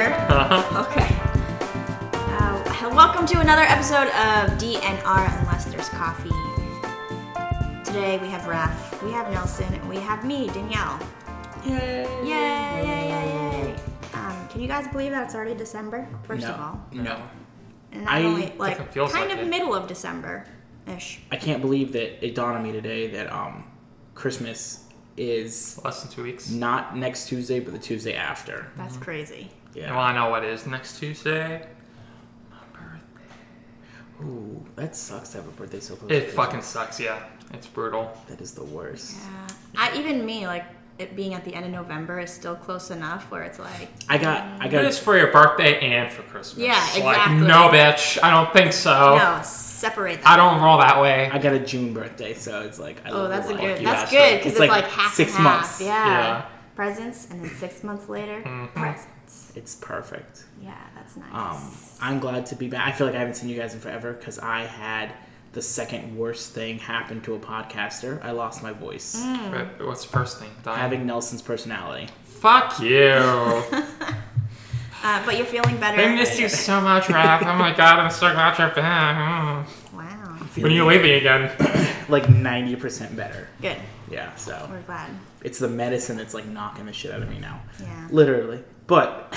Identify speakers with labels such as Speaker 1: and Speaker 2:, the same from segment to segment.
Speaker 1: Okay. Uh, welcome to another episode of DNR Unless There's Coffee. Today we have Raph, we have Nelson, and we have me, Danielle. Yay! Yay! Yay! Yay! yay. Um, can you guys believe that it's already December? First
Speaker 2: no,
Speaker 1: of all,
Speaker 2: no.
Speaker 1: and not
Speaker 2: I-
Speaker 1: only like
Speaker 3: Doesn't feel
Speaker 1: kind
Speaker 3: like
Speaker 1: of
Speaker 3: it.
Speaker 1: middle of December ish.
Speaker 2: I can't believe that it dawned on me today that um, Christmas is
Speaker 3: Less than two weeks.
Speaker 2: not next Tuesday, but the Tuesday after.
Speaker 1: That's crazy.
Speaker 2: Yeah.
Speaker 3: Well, I know what is next Tuesday. My birthday.
Speaker 2: Ooh, that sucks to have a birthday so close.
Speaker 3: It
Speaker 2: to
Speaker 3: fucking sucks. Yeah, it's brutal.
Speaker 2: Christmas. That is the worst.
Speaker 1: Yeah. I, even me, like it being at the end of November is still close enough where it's like
Speaker 2: I got. I
Speaker 3: It
Speaker 2: got.
Speaker 3: is for your birthday and for Christmas.
Speaker 1: Yeah,
Speaker 3: Like,
Speaker 1: exactly.
Speaker 3: no, bitch. I don't think so.
Speaker 1: no, separate that.
Speaker 3: I don't roll that way.
Speaker 2: I got a June birthday, so it's like. I
Speaker 1: Oh,
Speaker 2: live
Speaker 1: that's a
Speaker 2: life.
Speaker 1: good.
Speaker 2: Yeah,
Speaker 1: That's
Speaker 2: so
Speaker 1: good because it's, like, half
Speaker 2: six
Speaker 1: and
Speaker 2: months.
Speaker 1: half. Yeah.
Speaker 3: Yeah.
Speaker 1: Presents and then six months later, presents.
Speaker 2: It's perfect.
Speaker 1: Yeah, that's nice.
Speaker 2: Um, I'm glad to be back. I feel like I haven't seen you guys in forever because I had the second worst thing happen to a podcaster. I lost my voice.
Speaker 1: Mm. Hmm.
Speaker 3: But what's the first thing? Dying.
Speaker 2: Having Nelson's personality.
Speaker 3: Fuck you.
Speaker 1: Uh, but you're feeling better.
Speaker 3: I missed you so much, Raph. Oh my god, I'm so glad you're back. Mm.
Speaker 1: Wow.
Speaker 3: When are you leaving again?
Speaker 2: like 90% better.
Speaker 1: Good.
Speaker 2: Yeah, so
Speaker 1: We're glad.
Speaker 2: it's the medicine that's like knocking the shit out of me now.
Speaker 1: Yeah.
Speaker 2: Literally. But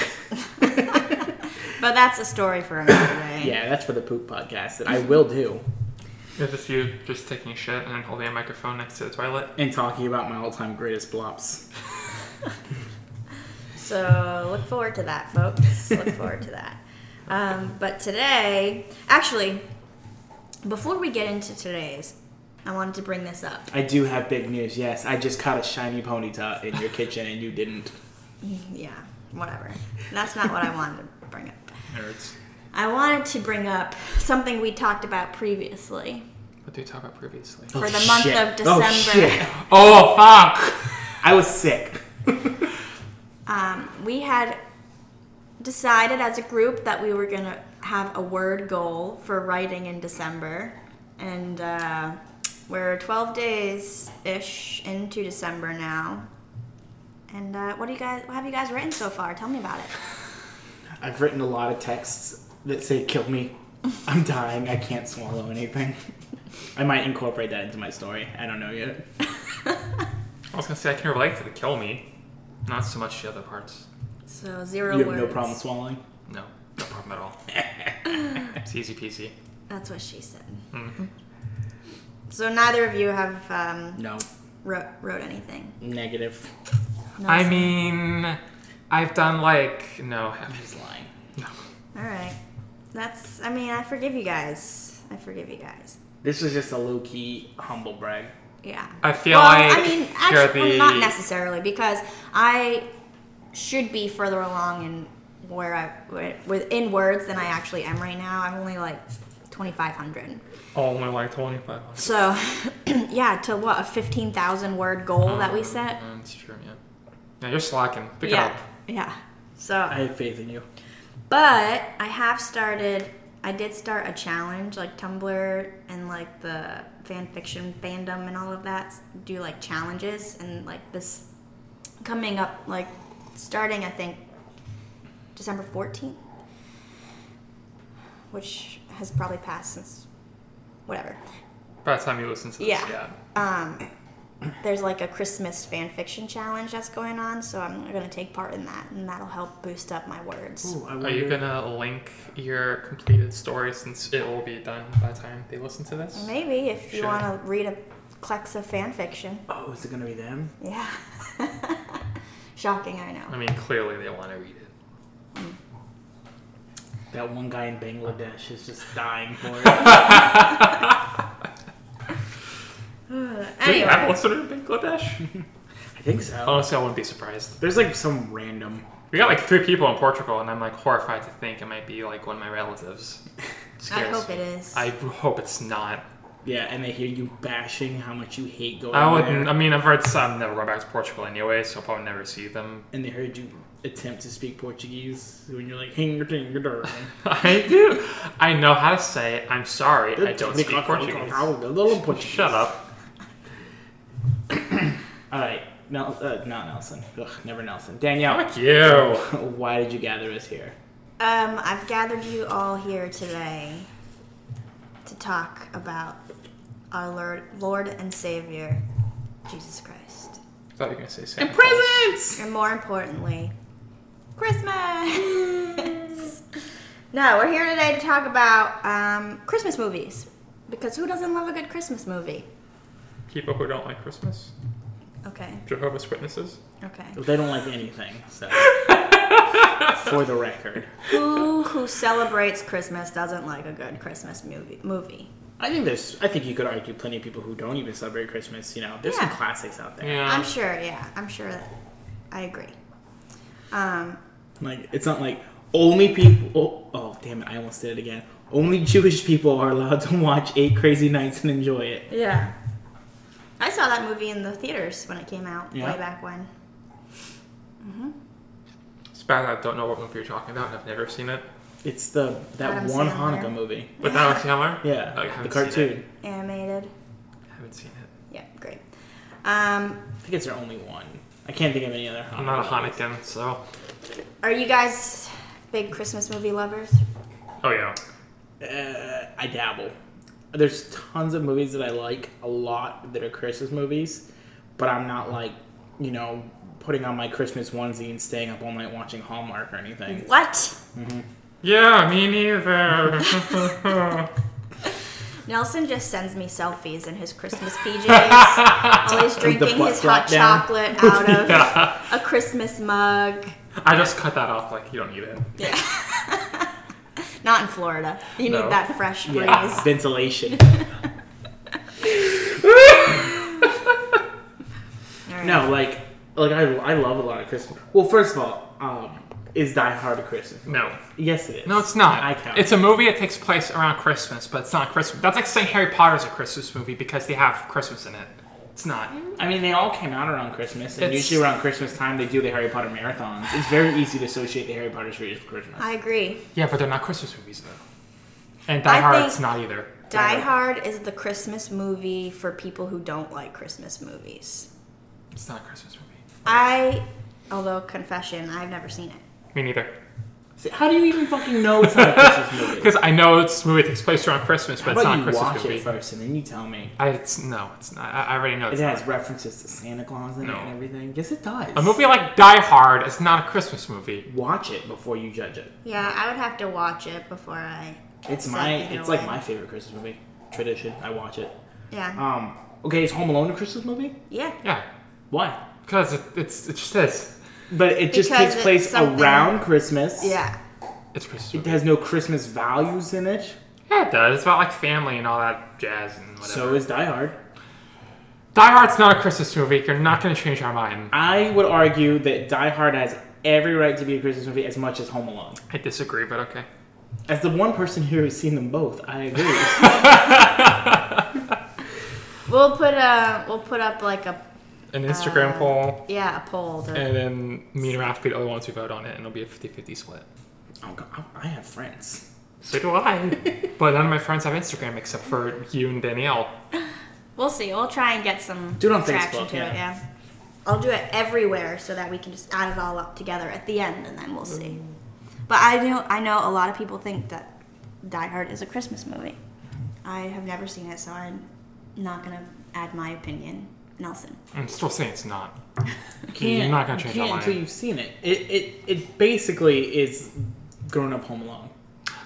Speaker 1: But that's a story for another day.
Speaker 2: yeah, that's for the poop podcast that I will do
Speaker 3: It's just you just taking a shit and holding a microphone next to the toilet.
Speaker 2: and talking about my all time greatest blops.
Speaker 1: So look forward to that, folks. look forward to that. Um, but today, actually, before we get into today's, I wanted to bring this up.
Speaker 2: I do have big news, yes. I just caught a shiny ponytail in your kitchen and you didn't.
Speaker 1: Yeah, whatever. That's not what I wanted to bring up.
Speaker 3: Nerds.
Speaker 1: I wanted to bring up something we talked about previously.
Speaker 3: What did we talk about previously?
Speaker 1: For the month
Speaker 2: shit.
Speaker 1: of
Speaker 2: Oh,
Speaker 1: December.
Speaker 2: shit.
Speaker 3: Oh, fuck!
Speaker 2: I was sick.
Speaker 1: Um, we had decided as a group that we were going to have a word goal for writing in December. And uh, we're 12 days ish into December now. And uh, what do you guys? What have you guys written so far? Tell me about it.
Speaker 2: I've written a lot of texts that say, kill me. I'm dying. I can't swallow anything. I might incorporate that into my story. I don't know yet.
Speaker 3: I was gonna say I can relate to the kill me, not so much the other parts.
Speaker 1: So zero
Speaker 2: You have
Speaker 1: words.
Speaker 2: no problem swallowing?
Speaker 3: No, no problem at all. it's easy peasy.
Speaker 1: That's what she said.
Speaker 2: Hmm.
Speaker 1: So neither of you have um,
Speaker 2: No.
Speaker 1: wrote, wrote anything.
Speaker 2: Negative.
Speaker 3: I mean, I've done like no, I mean,
Speaker 2: He's lying.
Speaker 1: All right. That's, I mean, I forgive you guys. I forgive you guys.
Speaker 2: This was just a low key humble brag.
Speaker 1: Yeah.
Speaker 3: I feel like
Speaker 1: I mean,
Speaker 3: you're
Speaker 1: actually, well,
Speaker 3: the
Speaker 1: not necessarily because I should be further along in where I where- within words than I actually am right now. I'm only like 2,500.
Speaker 3: only like twenty five.
Speaker 1: So, yeah, to what a 15,000 word goal that we set.
Speaker 3: Mm, That's true. Yeah. Yeah, you're slacking. Pick
Speaker 1: yeah.
Speaker 3: it up.
Speaker 1: Yeah. So.
Speaker 2: I have faith in you.
Speaker 1: But I have started. I did start a challenge, like Tumblr and like the fan fiction fandom and all of that. Do like challenges and like this coming up, like starting I think December fourteenth, which has probably passed since whatever.
Speaker 3: By the time you listen to this,
Speaker 1: Yeah.
Speaker 3: yeah.
Speaker 1: Um, there's like a Christmas fan fiction challenge that's going on, so I'm gonna take part in that, and that'll help boost up my words.
Speaker 2: I
Speaker 3: Are you gonna link your completed story since it will be done by the time they listen to this?
Speaker 1: Maybe if you
Speaker 3: Sure.
Speaker 1: want to read a Klexa fan fiction.
Speaker 2: Oh, is it gonna be them?
Speaker 1: Yeah. Shocking, I know.
Speaker 3: I mean, clearly they want to read it.
Speaker 2: That one guy in Bangladesh is just dying for it.
Speaker 3: Do we have a
Speaker 1: Anyway,
Speaker 3: listener in Bangladesh?
Speaker 2: I think so.
Speaker 3: Honestly, I wouldn't be surprised.
Speaker 2: There's like some random.
Speaker 3: We got like three people in Portugal, and I'm like horrified to think it might be like one of my relatives. It
Speaker 1: I
Speaker 3: scares
Speaker 1: hope
Speaker 3: me.
Speaker 1: it is.
Speaker 3: I hope it's not.
Speaker 2: Yeah, and they hear you bashing how much you hate going
Speaker 3: I
Speaker 2: there.
Speaker 3: wouldn't. I mean, I've heard some never go back to Portugal anyway, so I'll probably never see them.
Speaker 2: and they heard you attempt to speak Portuguese when you're like hinger tinger darling.
Speaker 3: I do. I know how to say I'm sorry. I don't speak
Speaker 2: Little
Speaker 3: Portuguese.
Speaker 2: Portuguese.
Speaker 3: Shut up.
Speaker 2: All right, Nel- uh, not Nelson. Ugh, never Nelson.
Speaker 3: Fuck
Speaker 2: Danielle,
Speaker 3: you.
Speaker 2: why did you gather us here?
Speaker 1: Um, I've gathered you all here today to talk about our Lord, Lord and Savior, Jesus Christ.
Speaker 3: I thought you were gonna say Santa.
Speaker 2: presents.
Speaker 1: And more importantly, Christmas! no, we're here today to talk about um, Christmas movies. Because who doesn't love a good Christmas movie?
Speaker 3: People who don't like Christmas.
Speaker 1: Okay,
Speaker 3: Jehovah's Witnesses.
Speaker 1: okay.
Speaker 2: They don't like anything. So, for the record,
Speaker 1: who who celebrates Christmas doesn't like a good Christmas movie? movie?
Speaker 2: I think there's. I think you could argue plenty of people who don't even celebrate Christmas. You know, there's some
Speaker 1: Yeah.
Speaker 2: classics out there.
Speaker 3: Yeah.
Speaker 1: I'm sure, yeah, I'm sure. That, I agree. Um,
Speaker 2: Like it's not like only people. Oh, oh, damn it! I almost did it again. Only Jewish people are allowed to watch Eight Crazy Nights and enjoy it.
Speaker 1: Yeah. I saw that movie in the theaters when it came out
Speaker 2: Yeah?
Speaker 1: way back when.
Speaker 3: It's bad I don't know what movie you're talking about and I've never seen it.
Speaker 2: It's the that
Speaker 1: Adam
Speaker 2: one
Speaker 1: Sandler.
Speaker 2: Hanukkah movie.
Speaker 3: With Adam Sandler?
Speaker 2: Yeah,
Speaker 3: I Oh,
Speaker 2: the
Speaker 3: haven't seen
Speaker 2: cartoon.
Speaker 1: Animated.
Speaker 3: I haven't seen it.
Speaker 1: Yeah, great. Um,
Speaker 2: I think it's their only one. I can't think of any other.
Speaker 3: I'm not a
Speaker 2: Hanukkah.
Speaker 3: Hanukkah, so.
Speaker 1: are you guys big Christmas movie lovers?
Speaker 3: Oh yeah.
Speaker 2: uh, I dabble. There's tons of movies that I like a lot that are Christmas movies, but I'm not like, you know, putting on my Christmas onesie and staying up all night watching Hallmark or anything.
Speaker 1: What?
Speaker 3: Yeah, me neither.
Speaker 1: Nelson just sends me selfies in his Christmas PJs, always drinking
Speaker 2: butt
Speaker 1: his hot
Speaker 2: flap down.
Speaker 1: chocolate out of
Speaker 3: yeah.
Speaker 1: a Christmas mug.
Speaker 3: I just cut that off like you don't need it.
Speaker 1: Yeah. Not in Florida. You
Speaker 3: No.
Speaker 1: need that fresh breeze.
Speaker 2: Yeah, ventilation.
Speaker 1: All right.
Speaker 2: No, like, like I, I love a lot of Christmas. Well, first of all, um, is Die Hard a Christmas? movie?
Speaker 3: No.
Speaker 2: Yes, it is.
Speaker 3: No, it's not.
Speaker 2: I count.
Speaker 3: It's a movie that takes place around Christmas, but it's not Christmas. That's like saying Harry Potter's a Christmas movie because they have Christmas in it. It's not.
Speaker 2: I mean, they all came out around Christmas, and
Speaker 3: It's-
Speaker 2: usually around Christmas time they do the Harry Potter marathons. It's very easy to associate the Harry Potter series with Christmas.
Speaker 1: I agree.
Speaker 3: Yeah, but they're not Christmas movies though. And Die
Speaker 1: I
Speaker 3: Hard's
Speaker 1: think-
Speaker 3: not either.
Speaker 1: Die Hard is the Christmas movie for people who don't like Christmas movies.
Speaker 3: It's not a Christmas movie.
Speaker 1: I, although confession, I've never seen it.
Speaker 3: Me neither.
Speaker 2: See, how do you even fucking know it's not a Christmas movie?
Speaker 3: Because I know this movie takes place around Christmas, but
Speaker 2: How
Speaker 3: it's not
Speaker 2: about
Speaker 3: a
Speaker 2: you
Speaker 3: Christmas
Speaker 2: watch
Speaker 3: movie.
Speaker 2: it first and then you tell me?
Speaker 3: I, it's no, it's not. I, I already know
Speaker 2: It
Speaker 3: it's
Speaker 2: has
Speaker 3: not.
Speaker 2: references to Santa Claus in
Speaker 3: No.
Speaker 2: it and everything. Yes, it does.
Speaker 3: A movie like Die Hard is not a Christmas movie.
Speaker 2: Watch it before you judge it.
Speaker 1: Yeah, I would have to watch it before I.
Speaker 2: It's
Speaker 1: Suck
Speaker 2: my.
Speaker 1: it
Speaker 2: It's like
Speaker 1: away.
Speaker 2: my favorite Christmas movie. Tradition. I watch it.
Speaker 1: Yeah.
Speaker 2: Um. Okay, is Home Alone a Christmas movie?
Speaker 1: Yeah.
Speaker 3: Yeah,
Speaker 2: Why?
Speaker 3: because it, it's it just is.
Speaker 2: But it just
Speaker 1: Because
Speaker 2: takes place
Speaker 1: it's something-
Speaker 2: around Christmas.
Speaker 1: Yeah.
Speaker 3: It's a Christmas.
Speaker 2: It
Speaker 3: Movie.
Speaker 2: has no Christmas values in it.
Speaker 3: Yeah, it does. It's about like family and all that jazz and whatever.
Speaker 2: So is Die Hard.
Speaker 3: Die Hard's not a Christmas movie. You're not going to change our mind.
Speaker 2: I would argue that Die Hard has every right to be a Christmas movie as much as Home Alone.
Speaker 3: I disagree, but okay.
Speaker 2: As the one person here who's seen them both, I agree. Oh,
Speaker 1: We'll put a we'll put up like a
Speaker 3: An Instagram
Speaker 1: Uh,
Speaker 3: poll,
Speaker 1: yeah a poll. To,
Speaker 3: and then me and Raph be the only ones who vote on it, and it'll be a 50-50 split.
Speaker 2: Oh, God, I have friends.
Speaker 3: So do I. but none of my friends have Instagram except for you and Danielle.
Speaker 1: we'll see. We'll try and get some
Speaker 2: Do it on
Speaker 1: traction
Speaker 2: Facebook,
Speaker 1: to
Speaker 2: yeah.
Speaker 1: it. Yeah. I'll do it everywhere so that we can just add it all up together at the end, and then we'll
Speaker 2: Mm.
Speaker 1: see. But I know I know a lot of people think that Die Hard is a Christmas movie. I have never seen it, so I'm not gonna add my opinion, Nelson.
Speaker 3: I'm still saying it's not.
Speaker 2: You
Speaker 3: You're not gonna change
Speaker 2: you
Speaker 3: our
Speaker 2: can't
Speaker 3: mind.
Speaker 2: until you've seen it. It it it basically is grown up Home Alone.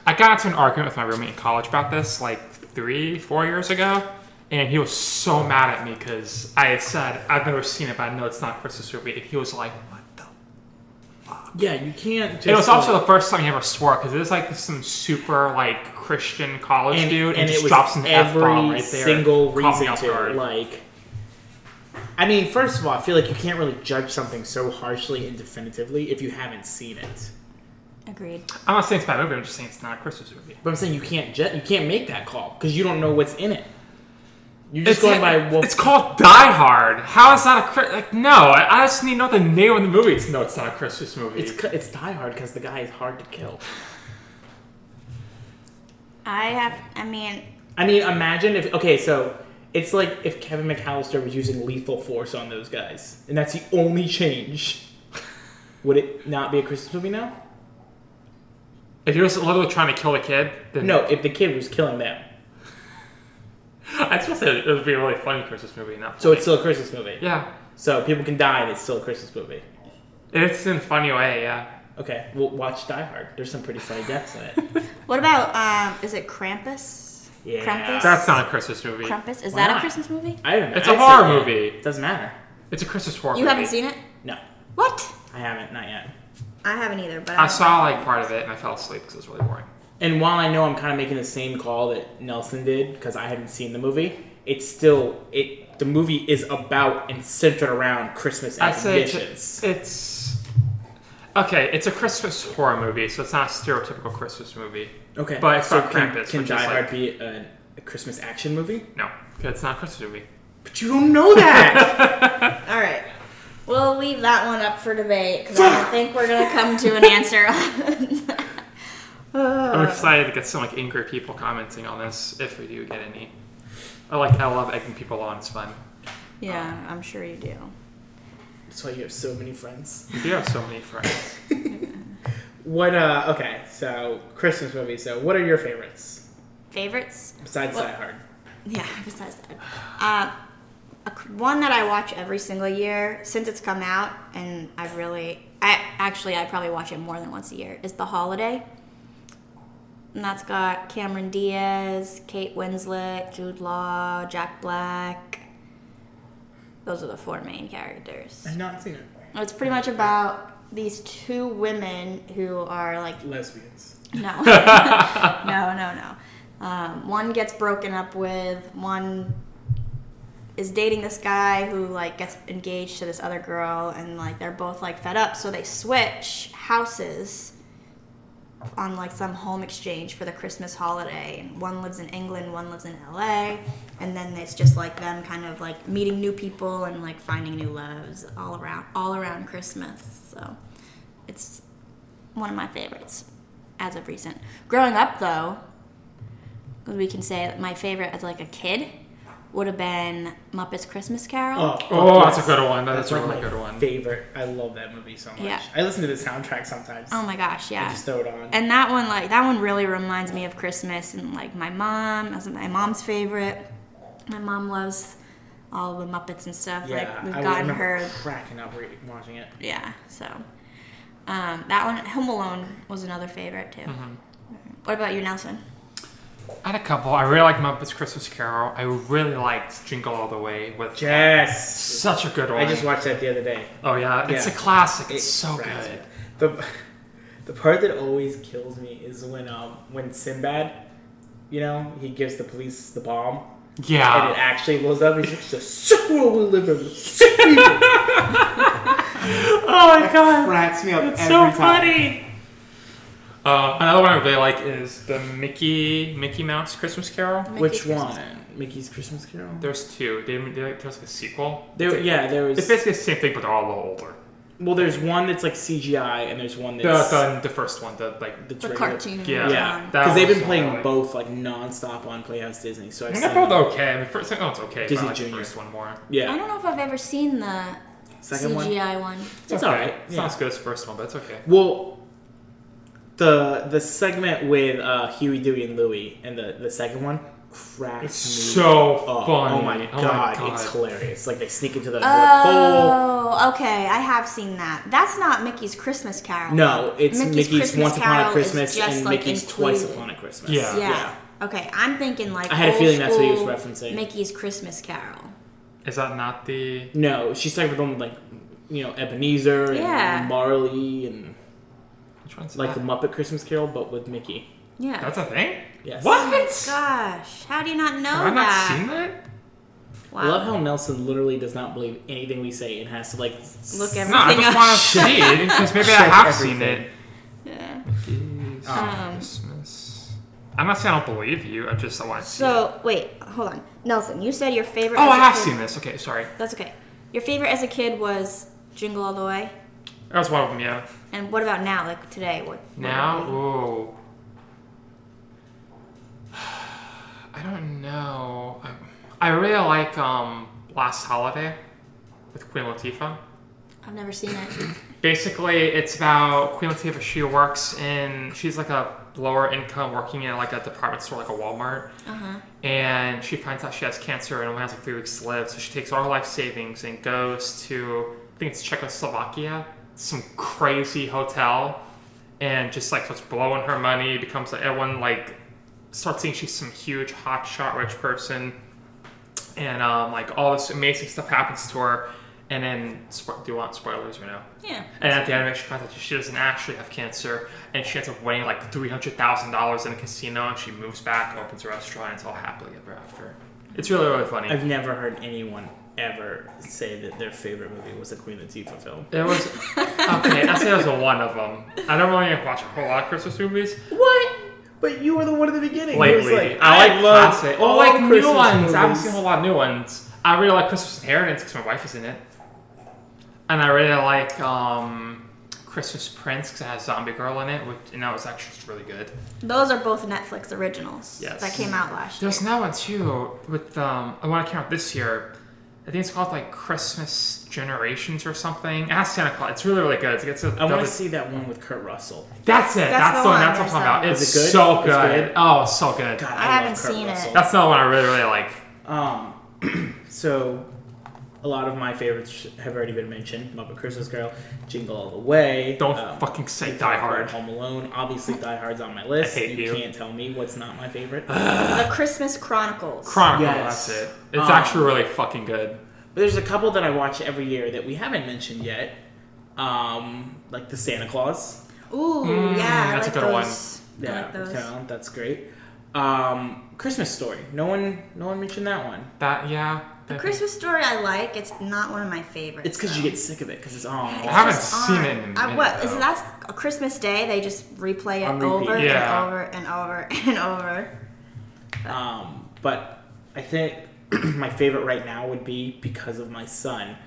Speaker 3: I got into an argument with my roommate in college about this like three, four years ago, and he was so mad at me because I had said I've never seen it, but I know it's not a Christmas movie, and he was like, "What the?"
Speaker 2: Yeah, you can't. Just,
Speaker 3: it was also
Speaker 2: like-
Speaker 3: the first time he ever swore because it was like some super like Christian college
Speaker 2: and,
Speaker 3: dude, and,
Speaker 2: and
Speaker 3: just
Speaker 2: it was
Speaker 3: drops an F
Speaker 2: every
Speaker 3: bomb right there.
Speaker 2: single
Speaker 3: Caught me
Speaker 2: reason
Speaker 3: off
Speaker 2: to
Speaker 3: guard.
Speaker 2: like. I mean, first of all, I feel like you can't really judge something so harshly and definitively if you haven't seen it.
Speaker 1: Agreed.
Speaker 3: I'm not saying it's a bad movie. I'm just saying it's not a Christmas movie.
Speaker 2: But I'm saying you can't ju- you can't make that call because you don't know what's in it. You're just going by well,
Speaker 3: it's called Die Hard. How is that a Chri- like? No, I, I just need to know the name of the movie to know it's not a Christmas movie.
Speaker 2: it's cu- it's Die Hard because the guy is hard to kill.
Speaker 1: I have. I mean,
Speaker 2: I mean, imagine if okay, so It's like if Kevin McAllister was using lethal force on those guys, and that's the only change. Would it not be a Christmas movie now?
Speaker 3: If you're just literally trying to kill a kid, then
Speaker 2: No, if the kid was killing them.
Speaker 3: I just say it would be a really funny Christmas movie. Not
Speaker 2: So it's still a Christmas movie.
Speaker 3: yeah,
Speaker 2: So people can die, and it's still a Christmas movie.
Speaker 3: it's in a funny way. Yeah,
Speaker 2: Okay, well, watch Die Hard. There's some pretty funny deaths in it.
Speaker 1: What about um, is it Krampus?
Speaker 2: Yeah.
Speaker 1: Krampus?
Speaker 3: that's not a Christmas movie.
Speaker 1: Krampus? Is
Speaker 3: Why
Speaker 1: that a
Speaker 3: not?
Speaker 1: Christmas movie?
Speaker 2: I haven't.
Speaker 3: It's a
Speaker 2: I'd say
Speaker 3: horror
Speaker 2: yeah.
Speaker 3: movie.
Speaker 2: It doesn't matter.
Speaker 3: It's a Christmas horror.
Speaker 1: You
Speaker 3: movie.
Speaker 1: haven't seen it?
Speaker 2: No,
Speaker 1: What?
Speaker 2: I haven't. Not yet.
Speaker 1: I haven't either, but
Speaker 3: I saw like part of it and I fell asleep because it was really boring.
Speaker 2: And while I know I'm kind of making the same call that Nelson did because I haven't seen the movie, it's still it. The movie is about and centered around Christmas
Speaker 3: I
Speaker 2: and
Speaker 3: say it's,
Speaker 2: traditions.
Speaker 3: it's okay. It's a Christmas horror movie, so it's not a stereotypical Christmas movie.
Speaker 2: Okay,
Speaker 3: but it's
Speaker 2: so
Speaker 3: not
Speaker 2: can,
Speaker 3: Krampus,
Speaker 2: Can
Speaker 3: which
Speaker 2: Die
Speaker 3: is
Speaker 2: Hard
Speaker 3: like-
Speaker 2: be a, a Christmas action movie?
Speaker 3: No, 'cause it's not a Christmas movie.
Speaker 2: But you don't know that.
Speaker 1: All right. We'll leave that one up for debate because I don't think we're gonna come to an answer.
Speaker 2: Uh.
Speaker 3: I'm excited to get some like angry people commenting on this if we do get any. I like I love egging people on. It's fun.
Speaker 1: yeah, I'm sure you do.
Speaker 2: That's why you have so many friends.
Speaker 3: We do have so many friends.
Speaker 2: What? uh Okay, so Christmas movies. So what are your favorites
Speaker 1: Favorites?
Speaker 2: besides
Speaker 1: Well-
Speaker 2: Die Hard?
Speaker 1: Yeah, besides that. Uh, a c- one that I watch every single year since it's come out, and I've really, I actually, I probably watch it more than once a year, is The Holiday. And that's got Cameron Diaz, Kate Winslet, Jude Law, Jack Black. Those are the four main characters.
Speaker 2: I've not seen it.
Speaker 1: It's pretty much about these two women who are like
Speaker 2: Lesbians.
Speaker 1: no, no, no, no. Um, one gets broken up with. One is dating this guy who like gets engaged to this other girl, and like they're both like fed up, so they switch houses on like some home exchange for the Christmas holiday. And One lives in England, one lives in LA, and then it's just like them kind of like meeting new people and like finding new loves all around all around Christmas. So it's one of my favorites as of recent. Growing up, though, we can say that my favorite as like a kid would have been Muppet's Christmas Carol.
Speaker 3: Oh,
Speaker 2: fuck
Speaker 3: that's
Speaker 2: yes.
Speaker 3: a good one. That's,
Speaker 2: That's
Speaker 3: a
Speaker 2: like
Speaker 3: really
Speaker 2: my
Speaker 3: good one.
Speaker 2: favorite. I love that movie so much.
Speaker 1: Yeah.
Speaker 2: I listen to the soundtrack sometimes.
Speaker 1: Oh my gosh,
Speaker 2: I
Speaker 1: yeah.
Speaker 2: just throw it on.
Speaker 1: And that one, like that one, really reminds me of Christmas and like my mom. That's my mom's favorite. My mom loves all the Muppets and stuff. like we've
Speaker 2: I
Speaker 1: gotten
Speaker 2: remember
Speaker 1: her.
Speaker 2: cracking up re- watching it.
Speaker 1: Yeah. So um, that one, Home Alone, was another favorite too.
Speaker 2: Mm-hmm.
Speaker 1: What about you, Nelson?
Speaker 3: I had a couple. I really liked Muppets Christmas Carol. I really liked Jingle All the Way with
Speaker 2: Yes,
Speaker 3: such a good one.
Speaker 2: I just watched that the other day.
Speaker 3: oh yeah, it's
Speaker 2: Yeah.
Speaker 3: a classic. It's
Speaker 2: It
Speaker 3: so
Speaker 2: cracks
Speaker 3: good.
Speaker 2: me. The the part that always kills me is when um when Sinbad, you know, he gives the police the bomb and it
Speaker 3: Yeah,
Speaker 2: actually blows up. He's just a sick world we live in. Sick people.
Speaker 3: Oh my god.
Speaker 2: cracks me up
Speaker 3: It's
Speaker 2: every
Speaker 3: so
Speaker 2: time.
Speaker 3: funny. Uh, another one I really like is the Mickey Mickey Mouse Christmas Carol.
Speaker 2: Which
Speaker 1: Mickey's Christmas
Speaker 2: one? Mickey's Christmas Carol.
Speaker 3: There's two. They, they, there was like a sequel.
Speaker 2: There, yeah, there was.
Speaker 3: It's basically the same thing, but they're all a little older.
Speaker 2: Well, there's one that's like CGI, and there's one
Speaker 3: The,
Speaker 2: that's
Speaker 3: the, the first one, the like.
Speaker 2: that's
Speaker 1: The
Speaker 2: regular.
Speaker 1: cartoon.
Speaker 3: Yeah.
Speaker 1: Um,
Speaker 2: Yeah,
Speaker 3: That
Speaker 2: because they've
Speaker 3: was
Speaker 2: been
Speaker 3: so
Speaker 2: playing
Speaker 3: funny.
Speaker 2: both like nonstop on Playhouse Disney. So
Speaker 3: I
Speaker 2: I've
Speaker 3: mean,
Speaker 2: seen.
Speaker 3: they're both okay. I mean, first, oh, it's okay.
Speaker 2: Disney
Speaker 3: but I like the
Speaker 2: Junior.
Speaker 3: first one more.
Speaker 1: I
Speaker 2: Yeah,
Speaker 1: don't know if I've ever seen the
Speaker 2: second one.
Speaker 1: CGI one.
Speaker 2: It's
Speaker 3: okay.
Speaker 2: alright,
Speaker 3: It's
Speaker 2: yeah.
Speaker 3: not as good as the first one, but it's okay.
Speaker 2: Well, the the segment with uh, Huey, Dewey, and Louie, and the the second one cracks
Speaker 3: It's
Speaker 2: me
Speaker 3: so
Speaker 2: up.
Speaker 3: funny.
Speaker 2: Oh my,
Speaker 3: Oh my
Speaker 2: god,
Speaker 3: God.
Speaker 2: it's hilarious! Like they sneak into the North Pole.
Speaker 1: Oh, okay. I have seen that. That's not Mickey's Christmas Carol.
Speaker 2: No, it's
Speaker 1: Mickey's
Speaker 2: Mickey's,
Speaker 1: Christmas
Speaker 2: Once Upon
Speaker 1: Carol
Speaker 2: a
Speaker 1: is
Speaker 2: Christmas
Speaker 1: just,
Speaker 2: and
Speaker 1: like,
Speaker 2: Mickey's Twice
Speaker 1: included.
Speaker 2: Upon a Christmas.
Speaker 3: Yeah.
Speaker 1: Yeah. Okay, I'm thinking like
Speaker 2: I had a
Speaker 1: old
Speaker 2: feeling that's what he was
Speaker 1: school
Speaker 2: referencing.
Speaker 1: Mickey's Christmas Carol.
Speaker 3: Is that not the?
Speaker 2: No, she's talking about the one with like you know Ebenezer and
Speaker 1: Yeah. Uh.
Speaker 2: Marley and
Speaker 3: Which one's
Speaker 2: like the
Speaker 3: that?
Speaker 2: Muppet Christmas Carol, but with Mickey.
Speaker 1: Yeah.
Speaker 3: That's a thing.
Speaker 2: Yes.
Speaker 3: What?
Speaker 1: Oh my gosh, how do you not know
Speaker 3: Have I not
Speaker 1: that?
Speaker 3: seen that?
Speaker 1: Wow.
Speaker 2: I love how Nelson literally does not believe anything we say and has to like s-
Speaker 1: Look everything
Speaker 3: No, I just
Speaker 1: up.
Speaker 3: want to see it because maybe I
Speaker 2: Check
Speaker 3: have
Speaker 2: everything.
Speaker 3: seen it.
Speaker 1: Yeah.
Speaker 3: Jeez,
Speaker 1: Um,
Speaker 3: Christmas. I'm not saying I don't believe you. I just I want to see. it.
Speaker 1: So wait, hold on, Nelson. You said your favorite.
Speaker 3: Oh,
Speaker 1: as
Speaker 3: I
Speaker 1: a
Speaker 3: have
Speaker 1: kid-
Speaker 3: seen this. Okay, sorry.
Speaker 1: That's okay. Your favorite as a kid was Jingle All the Way,
Speaker 3: That was one of them. Yeah.
Speaker 1: and what about now? Like today, what? what
Speaker 3: Now,
Speaker 1: would it
Speaker 3: ooh. I don't know. I, I really like um, Last Holiday with Queen Latifah.
Speaker 1: I've never seen it.
Speaker 3: Basically, it's about Queen Latifah. She works in, she's like a lower income working in like a department store, like a Walmart.
Speaker 1: Uh-huh.
Speaker 3: And she finds out she has cancer and only has like three weeks to live. So she takes all her life savings and goes to, I think it's Czechoslovakia, some crazy hotel, and just like starts blowing her money. Becomes like everyone like starts seeing she's some huge hotshot rich person, and um, like all this amazing stuff happens to her. And then, spo- do you want spoilers or no?
Speaker 1: Yeah.
Speaker 3: And at the end of it, she finds out she doesn't actually have cancer, and she ends up winning like three hundred thousand dollars in a casino. And she moves back, opens a restaurant, and it's all happily ever after. It's really really funny.
Speaker 2: I've never heard anyone ever say that their favorite movie was a Queen Latifah film.
Speaker 3: It was okay. I say it was one of them. I don't really watch a whole lot of Christmas movies
Speaker 2: What? But you were the one at the beginning. who was
Speaker 3: lately. I like
Speaker 2: love
Speaker 3: classic. Well,
Speaker 2: all
Speaker 3: like new
Speaker 2: Christmas
Speaker 3: ones. I haven't
Speaker 2: movies.
Speaker 3: seen a whole lot of new ones. I really like Christmas Inheritance because my wife is in it, and I really like um, Christmas Prince because it has Zombie Girl in it, which and that was actually just really good.
Speaker 1: Those are both Netflix originals
Speaker 3: Yes.
Speaker 1: that came out last year.
Speaker 3: There's another one too with um, I want to count this year. I think it's called like Christmas Generations or something. It has Santa Claus. It's really really good. It gets a
Speaker 2: I want
Speaker 3: double-
Speaker 2: to see that one with Kurt Russell.
Speaker 3: That's it. That's,
Speaker 1: the
Speaker 3: the one.
Speaker 1: one
Speaker 3: That's what I'm
Speaker 1: I
Speaker 3: talking about.
Speaker 1: saw.
Speaker 3: It's
Speaker 2: Is it good?
Speaker 3: so
Speaker 2: It's
Speaker 3: good.
Speaker 2: good?
Speaker 3: Oh, it's so good.
Speaker 2: God, I,
Speaker 1: I
Speaker 2: love
Speaker 1: haven't
Speaker 2: Kurt
Speaker 1: seen it.
Speaker 2: Russell.
Speaker 3: That's another one I really really like.
Speaker 2: Um, so a lot of my favorites have already been mentioned: Muppet Christmas Carol, Jingle All the Way.
Speaker 3: Don't
Speaker 2: um,
Speaker 3: fucking say
Speaker 2: Jingle
Speaker 3: Die
Speaker 2: All the Way,
Speaker 3: Hard.
Speaker 2: Home Alone. Obviously, Die Hard's on my list.
Speaker 3: I hate you.
Speaker 2: can't tell me what's not my favorite.
Speaker 1: The Christmas Chronicles.
Speaker 3: Chronicle.
Speaker 2: Yes.
Speaker 3: That's it. It's
Speaker 2: Um,
Speaker 3: actually really fucking good.
Speaker 2: But there's a couple that I watch every year that we haven't mentioned yet, um, like the Santa Claus.
Speaker 1: Ooh,
Speaker 3: Mm,
Speaker 1: yeah, I
Speaker 3: that's a
Speaker 1: like
Speaker 3: good one.
Speaker 1: those. I
Speaker 2: Yeah,
Speaker 1: like those.
Speaker 2: Town, that's great. Um, Christmas Story. No one, no one mentioned that one.
Speaker 3: That yeah.
Speaker 1: The Christmas story I like. It's not one of my favorites.
Speaker 2: It's because you get sick of it because it's oh, on.
Speaker 1: It's
Speaker 3: I haven't
Speaker 1: just
Speaker 3: seen
Speaker 1: on.
Speaker 3: it in a
Speaker 1: I- what
Speaker 3: minute,
Speaker 1: is
Speaker 3: though.
Speaker 1: that's a Christmas Day? They just replay
Speaker 2: On
Speaker 1: it
Speaker 2: repeat.
Speaker 1: over
Speaker 3: Yeah.
Speaker 1: and over and over and over.
Speaker 2: Um, but I think my favorite right now would be because of my son,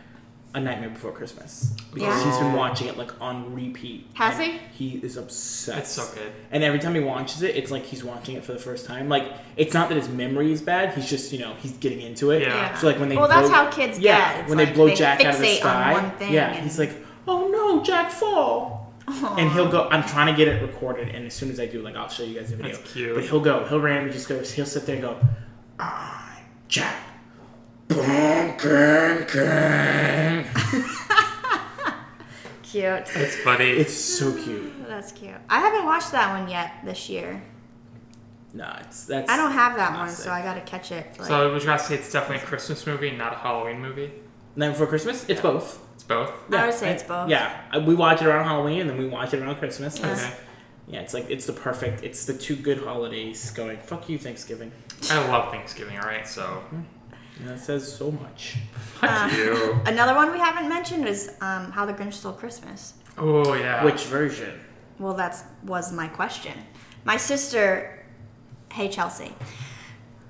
Speaker 2: A Nightmare Before Christmas. Because
Speaker 1: Yeah.
Speaker 2: he's
Speaker 3: Oh.
Speaker 2: been watching it like on repeat.
Speaker 1: Has
Speaker 2: And He is obsessed.
Speaker 3: It's so good.
Speaker 2: And every time he watches it, it's like he's watching it for the first time. Like it's not that his memory is bad; he's just you know he's getting into it.
Speaker 3: Yeah.
Speaker 2: So like when they
Speaker 1: well, that's
Speaker 2: blow-
Speaker 1: how kids
Speaker 2: yeah
Speaker 1: get. It's
Speaker 2: when
Speaker 1: like
Speaker 2: they blow Jack out of the
Speaker 1: fixate
Speaker 2: sky,
Speaker 1: on one thing
Speaker 2: yeah
Speaker 1: and-
Speaker 2: he's like oh no Jack fall. And he'll go. I'm trying to get it recorded, and as soon as I do, like I'll show you guys the video.
Speaker 3: That's cute.
Speaker 2: But he'll go. He'll randomly just go. He'll sit there and go, "I'm Jack." It's
Speaker 1: cute. Oh,
Speaker 3: It's funny.
Speaker 2: so cute.
Speaker 1: That's cute. I haven't watched that one yet this year.
Speaker 2: Nah, it's that's.
Speaker 1: I don't have that one,
Speaker 2: Classic.
Speaker 1: so I gotta catch it. Like,
Speaker 3: so would you guys say it's definitely a Christmas movie, not a Halloween movie?
Speaker 2: Night Before Christmas. It's both.
Speaker 3: It's both.
Speaker 1: I would say it's both.
Speaker 2: Yeah, I- we watch it around Halloween, and then we watch it around Christmas.
Speaker 1: Yeah.
Speaker 3: Okay.
Speaker 2: Yeah, it's like it's the perfect. It's the two good holidays going. Fuck you, Thanksgiving.
Speaker 3: I love Thanksgiving. All right, so
Speaker 2: And that says so much.
Speaker 3: fuck you.
Speaker 1: uh, Another one we haven't mentioned is um, How the Grinch Stole Christmas.
Speaker 3: Oh yeah.
Speaker 2: Which version?
Speaker 1: Well, that's was my question. My sister, hey Chelsea,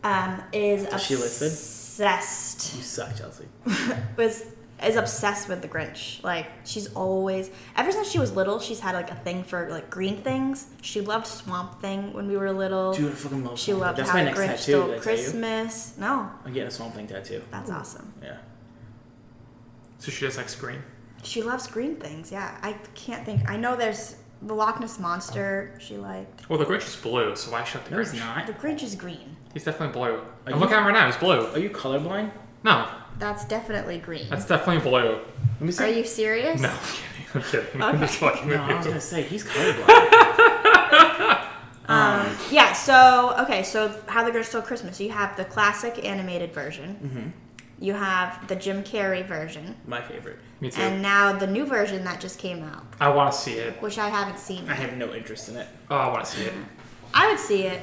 Speaker 1: um, is
Speaker 2: Does she listen?
Speaker 1: obsessed
Speaker 2: You suck, Chelsea.
Speaker 1: with is obsessed with the Grinch. Like she's always ever since she was little, she's had like a thing for like green things. She loved Swamp Thing when we were little.
Speaker 2: Dude, I fucking love.
Speaker 1: she
Speaker 2: Swamp Thing.
Speaker 1: loved
Speaker 2: That's
Speaker 1: How
Speaker 2: my
Speaker 1: the
Speaker 2: next
Speaker 1: Grinch
Speaker 2: tattoo.
Speaker 1: Stole
Speaker 2: did I tell you?
Speaker 1: Christmas. No,
Speaker 2: I'm getting a Swamp Thing tattoo.
Speaker 1: that's awesome.
Speaker 2: Yeah.
Speaker 3: So she does like Scream.
Speaker 1: She loves green things. Yeah, I can't think. I know there's the Loch Ness monster. She liked
Speaker 3: Well, the Grinch is blue, so why should the
Speaker 2: No, it's
Speaker 3: Grinch?
Speaker 2: not.
Speaker 1: the Grinch is green.
Speaker 3: He's definitely blue. And
Speaker 2: you-
Speaker 3: look at him right now. He's blue.
Speaker 2: Are you colorblind?
Speaker 3: No,
Speaker 1: That's definitely green.
Speaker 3: that's definitely blue.
Speaker 2: Let me
Speaker 1: Are
Speaker 2: see.
Speaker 1: you serious?
Speaker 3: No, I'm kidding. I'm kidding. I'm just fucking
Speaker 2: No, I was
Speaker 3: with you.
Speaker 2: gonna say he's colorblind.
Speaker 1: Um, yeah, so, okay, so How the Grinch Stole Christmas. You have the classic animated version, you have the Jim Carrey version,
Speaker 2: my favorite.
Speaker 3: Me too.
Speaker 1: and now the new version that just came out,
Speaker 3: I want to see it.
Speaker 1: which I haven't seen.
Speaker 2: I have no interest in it.
Speaker 3: Oh, I want to see it.
Speaker 1: I would see it,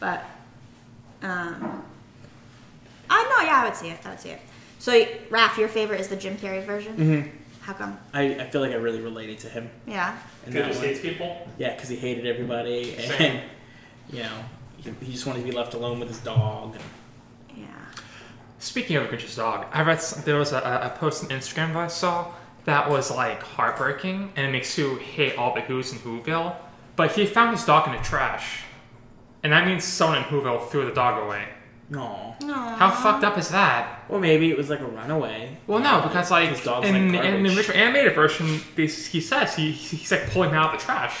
Speaker 1: but. Um, I know, yeah, I would see it. I would see it. So, Raph, your favorite is the Jim Carrey version? Mm-hmm. How come?
Speaker 2: I, I feel like I really related to him.
Speaker 1: Yeah.
Speaker 2: In that one.
Speaker 3: people.
Speaker 2: Yeah, because he hated everybody, and
Speaker 3: Same.
Speaker 2: you know, he, he just wanted to be left alone with his dog. And,
Speaker 1: Yeah.
Speaker 3: Speaking of Grinch's dog, I read some, there was a, a post on Instagram that I saw that was like heartbreaking and it makes you hate all the who's in Whoville. But he found his dog in the trash, and that means someone in Whoville threw the dog away.
Speaker 2: No.
Speaker 1: Ah.
Speaker 3: How fucked up is that?
Speaker 2: Or maybe it was like a runaway.
Speaker 3: Well, no, because like
Speaker 2: His dog's
Speaker 3: in,
Speaker 2: like
Speaker 3: in the
Speaker 2: garbage.
Speaker 3: original animated version, they, he says he he's like pulling him out of the trash.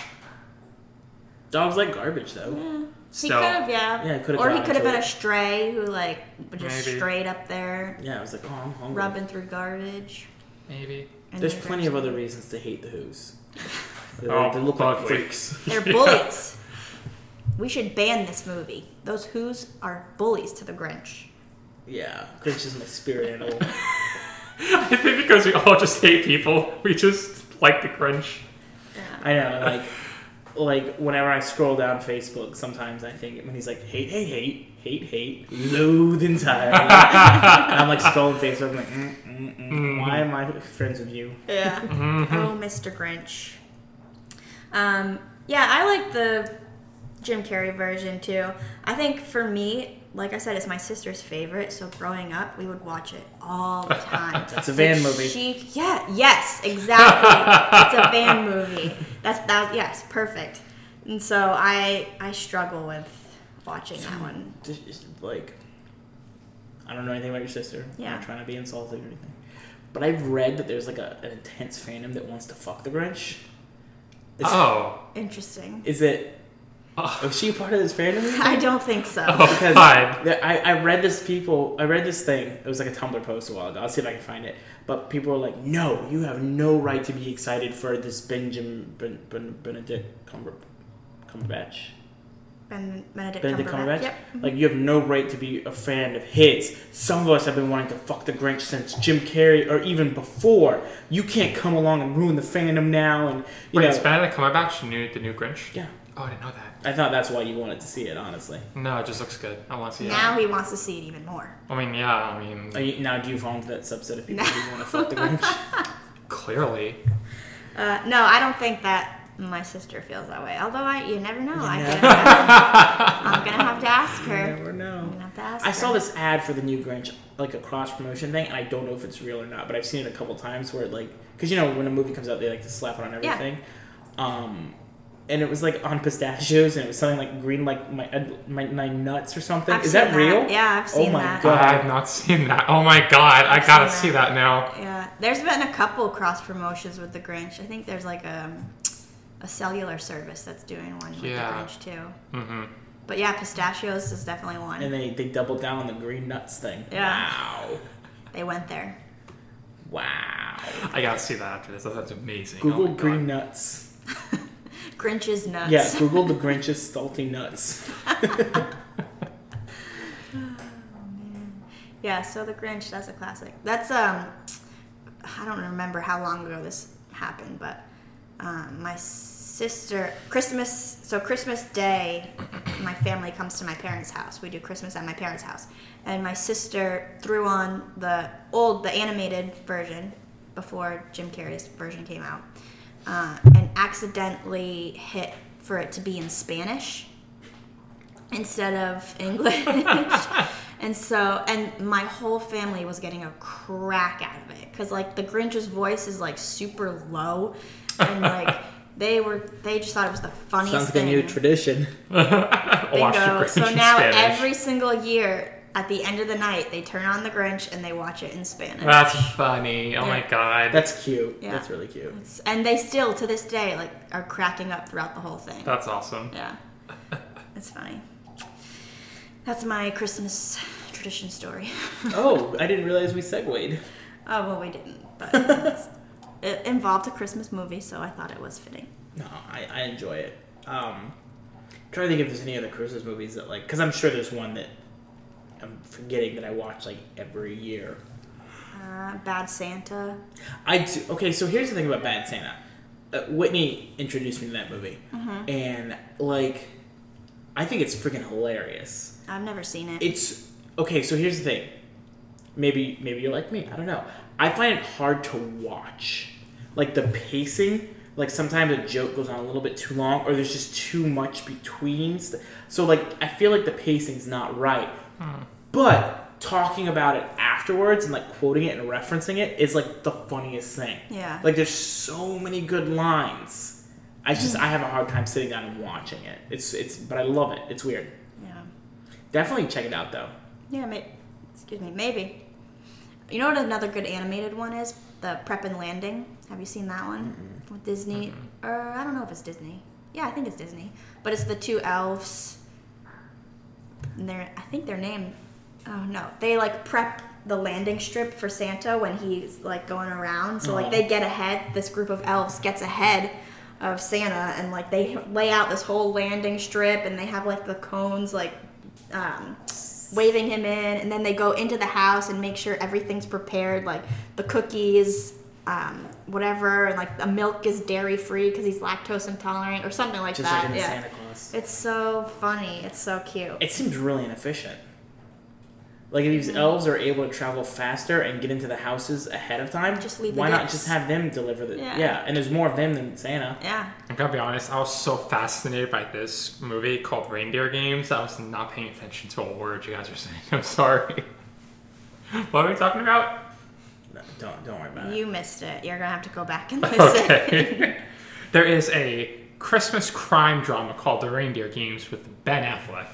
Speaker 2: Dogs like garbage though.
Speaker 1: He
Speaker 3: Still,
Speaker 1: could have, yeah.
Speaker 2: Yeah, he could've
Speaker 1: or he
Speaker 2: gotten
Speaker 1: could have
Speaker 2: to
Speaker 1: been a
Speaker 2: it.
Speaker 1: stray who like just
Speaker 3: Maybe.
Speaker 1: straight up there
Speaker 2: Yeah, I was like, oh, I'm hungry.
Speaker 1: rubbing through garbage.
Speaker 3: maybe.
Speaker 1: and
Speaker 2: There's
Speaker 1: then
Speaker 2: plenty of
Speaker 1: grabs
Speaker 2: other
Speaker 1: them.
Speaker 2: reasons to hate the Who's. They,
Speaker 3: Oh,
Speaker 2: they look like
Speaker 3: ugly.
Speaker 2: freaks.
Speaker 1: They're
Speaker 3: Yeah.
Speaker 1: bullies. We should ban this movie. Those Who's are bullies to the Grinch.
Speaker 2: Yeah, Grinch is my spirit animal.
Speaker 3: I think because we all just hate people, we just like the Grinch.
Speaker 1: Yeah.
Speaker 2: I know, like, like whenever I scroll down Facebook, sometimes I think when he's like, hate, hate, hate, hate, hate, loathe entirely. and I'm like scrolling Facebook, I'm like, mm, mm, mm, why am I friends with you?
Speaker 1: Yeah.
Speaker 2: Mm-hmm.
Speaker 1: Oh, Mr. Grinch. Um, yeah, I like the Jim Carrey version too. I think for me, like I said, it's my sister's favorite. So growing up, we would watch it all the time.
Speaker 2: It's a van
Speaker 1: Like,
Speaker 2: movie.
Speaker 1: She, yeah, yes, exactly. it's a van movie. That's that. Yes, perfect. And so I, I struggle with watching that one.
Speaker 2: Just, just, like, I don't know anything about your sister. I'm
Speaker 1: Yeah.
Speaker 2: not trying to be insulting or anything. But I've read that there's like a, an intense fandom that wants to fuck the Grinch. Is,
Speaker 3: Oh.
Speaker 1: Interesting.
Speaker 2: is it?
Speaker 3: Oh.
Speaker 2: Was she a part of this fandom?
Speaker 1: I don't think so.
Speaker 3: Oh,
Speaker 2: because
Speaker 3: God.
Speaker 2: there- I, I read this people I read this thing it was like a Tumblr post a while ago I'll see if I can find it but people were like no you have no right to be excited for this Benjamin ben, ben, Benedict Cumber, Cumberbatch
Speaker 1: Ben, Benedict,
Speaker 2: Benedict
Speaker 1: Cumberbatch.
Speaker 2: Cumberbatch
Speaker 1: Yep.
Speaker 2: like you have no right to be a fan of his some of us have been wanting to fuck the Grinch since Jim Carrey or even before you can't come along and ruin the fandom now and you
Speaker 3: Wait,
Speaker 2: know
Speaker 3: is Benedict Cumberbatch the new, the new Grinch?
Speaker 2: yeah
Speaker 3: Oh, I didn't know that.
Speaker 2: I thought that's why you wanted to see it honestly
Speaker 3: No, it just looks good. I want to see
Speaker 1: Now
Speaker 3: it.
Speaker 1: he wants to see it even more.
Speaker 3: I mean, yeah, I mean,
Speaker 2: Are you, now do you fall into that subset of people who want to fuck the Grinch
Speaker 3: clearly.
Speaker 1: Uh, no, I don't think that my sister feels that way. Although I, you never know. I
Speaker 2: You
Speaker 1: could-
Speaker 2: never
Speaker 1: I'm gonna have to ask her.
Speaker 2: never
Speaker 1: I'm
Speaker 2: know.
Speaker 1: gonna have to ask
Speaker 2: I saw
Speaker 1: her.
Speaker 2: this ad for the new Grinch, like a cross promotion thing, and I don't know if it's real or not, but I've seen it a couple times where it like, because you know when a movie comes out, they like to slap it on
Speaker 1: Yeah.
Speaker 2: everything. Um, and it was like on pistachios, and it was something like green, like my uh, my, my nuts or something.
Speaker 1: I've
Speaker 2: Is that
Speaker 1: seen
Speaker 2: real? Oh
Speaker 1: Yeah, I've seen
Speaker 2: my
Speaker 1: that.
Speaker 2: God.
Speaker 3: I've not seen that. Oh my god, I
Speaker 1: I've
Speaker 3: gotta see
Speaker 1: seen
Speaker 3: that now.
Speaker 1: Yeah, there's been a couple cross promotions with the Grinch. I think there's like a a cellular service that's doing one with
Speaker 3: Yeah.
Speaker 1: the Grinch too.
Speaker 3: Mm-hmm.
Speaker 1: But yeah, pistachios is definitely one.
Speaker 2: And they they doubled down on the green nuts thing.
Speaker 1: Yeah.
Speaker 2: Wow.
Speaker 1: they went there.
Speaker 2: Wow.
Speaker 3: I gotta see that after this. That sounds amazing. Oh my
Speaker 2: Google
Speaker 3: God.
Speaker 2: green nuts.
Speaker 1: Grinch's nuts.
Speaker 2: Yeah, Google the Grinch's salty nuts.
Speaker 1: Oh, Yeah, so the Grinch, that's a classic. That's um, I don't remember how long ago this happened, but um, my sister Christmas. So Christmas Day, my family comes to my parents' house. We do Christmas at my parents' house, and my sister threw on the old, the animated version before Jim Carrey's version came out, uh, and accidentally hit for it to be in Spanish instead of English. and so, and my whole family was getting a crack out of it because, like, the Grinch's voice is like super low, and like they were, they just thought it was the funniest
Speaker 2: Sounds like a
Speaker 1: thing.
Speaker 2: new tradition.
Speaker 3: Watch the
Speaker 1: Bingo.
Speaker 3: Grinch
Speaker 1: So
Speaker 3: in
Speaker 1: now
Speaker 3: Spanish.
Speaker 1: every single year at the end of the night, they turn on the Grinch and they watch it in Spanish.
Speaker 3: That's funny. Oh my god. That's,
Speaker 2: That's cute.
Speaker 1: Yeah.
Speaker 2: That's really cute.
Speaker 1: It's- and they still, to this day, like are cracking up throughout the whole thing.
Speaker 3: awesome.
Speaker 1: Yeah. It's funny. That's my Christmas tradition story.
Speaker 2: Oh, I didn't realize we segued.
Speaker 1: oh, well, we didn't, but it's- it involved a Christmas movie, so I thought it was fitting.
Speaker 2: No, I, I enjoy it. Um, trying to think if there's any other Christmas movies that like, because I'm sure there's one that I'm forgetting that I watch like every year.
Speaker 1: Uh, Bad Santa.
Speaker 2: I do. Okay, so here's the thing about Bad Santa. Uh, Whitney introduced me to that movie, and like, I think it's freaking hilarious.
Speaker 1: I've never seen it.
Speaker 2: it's okay so here's the thing maybe maybe you're like me i don't know i find it hard to watch like the pacing like sometimes a joke goes on a little bit too long or there's just too much between st- so like i feel like the pacing's not right but talking about it afterwards and like quoting it and referencing it is like the funniest thing
Speaker 1: Yeah.
Speaker 2: like there's so many good lines i just i have a hard time sitting down and watching it it's it's but i love it it's weird
Speaker 1: yeah.
Speaker 2: Definitely check it out though.
Speaker 1: Yeah, may- excuse me, maybe. You know what another good animated one is? The Prep and Landing. Have you seen that one? With Disney, or I don't know if it's Disney. Yeah, I think it's Disney. But it's the two elves. And their I think their name. Oh no, they like prep the landing strip for Santa when he's like going around. So like
Speaker 4: Aw.
Speaker 1: they get ahead. This group of elves gets ahead of Santa, and like they lay out this whole landing strip, and they have like the cones like um, waving him in, and then they go into the house and make sure everything's prepared, like the cookies, um, whatever, and like the milk is dairy free because he's lactose intolerant or something like
Speaker 2: Just
Speaker 1: that.
Speaker 2: like in the
Speaker 1: yeah,
Speaker 2: Santa Claus.
Speaker 1: it's so funny. It's so cute.
Speaker 2: It seems really inefficient. Like if these
Speaker 1: Mm-hmm.
Speaker 2: elves are able to travel faster and get into the houses ahead of time,
Speaker 1: Just leave the
Speaker 2: why not
Speaker 1: gifts.
Speaker 2: just have them deliver the
Speaker 1: Yeah.
Speaker 2: yeah. And there's more of them than Santa.
Speaker 1: yeah,
Speaker 3: I gotta be honest, I was so fascinated by this movie called Reindeer Games, I was not paying attention to a word you guys were saying. I'm sorry. what are we talking about?
Speaker 2: No, don't don't worry about it.
Speaker 1: you missed it. You're gonna have to go back and listen.
Speaker 3: Okay. there is a Christmas crime drama called The Reindeer Games with Ben Affleck.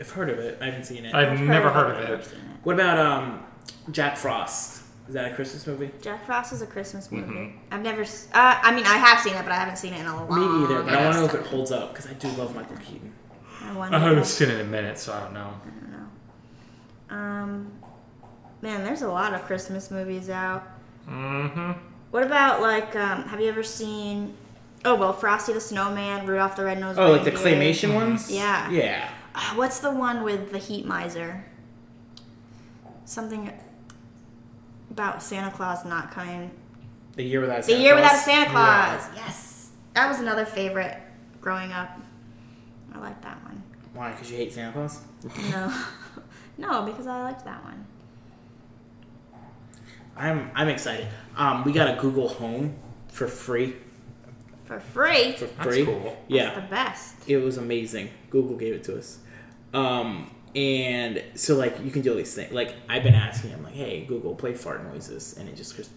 Speaker 2: I've heard of it. I haven't seen it.
Speaker 3: I've,
Speaker 1: I've
Speaker 3: never
Speaker 1: heard
Speaker 3: heard of
Speaker 1: of it.
Speaker 3: it.
Speaker 2: what about um, Jack Frost? Is that a Christmas movie?
Speaker 1: Jack Frost is a Christmas movie.
Speaker 3: Mm-hmm.
Speaker 1: I've never. s- Uh, I mean, I have seen it, but I haven't seen it in a
Speaker 2: Me
Speaker 1: long.
Speaker 2: either, but I want
Speaker 1: ass
Speaker 2: to know if
Speaker 1: time.
Speaker 2: it holds up because I do love Michael Keaton.
Speaker 1: I wonder
Speaker 3: I haven't
Speaker 1: if-
Speaker 3: seen it in a minute, so I don't know.
Speaker 1: I don't know. Um, man, there's a lot of Christmas movies out.
Speaker 3: Mm-hmm.
Speaker 1: What about like, um, have you ever seen? Oh well, Frosty the Snowman, Rudolph the Red Nosed
Speaker 2: Oh, like the
Speaker 1: Reindeer.
Speaker 2: claymation ones?
Speaker 1: Yeah.
Speaker 2: Yeah.
Speaker 1: Ah, What's the one with the heat miser? Something about Santa Claus not coming.
Speaker 2: The year without
Speaker 1: The
Speaker 2: Santa
Speaker 1: year without
Speaker 2: Claus.
Speaker 1: Santa Claus. Yes, that was another favorite growing up. I like that one.
Speaker 2: Why? Because you hate Santa Claus?
Speaker 1: No, no, because I liked that one.
Speaker 2: I'm I'm excited. Um, we got a Google Home for free.
Speaker 1: For free,
Speaker 2: For
Speaker 3: That's
Speaker 2: free.
Speaker 3: cool.
Speaker 1: it's the
Speaker 2: Yeah,
Speaker 1: best.
Speaker 2: it was amazing. Google gave it to us. Um, and so like you can do all these things. Like I've been asking him like, "Hey Google, play fart noises," and it just goes.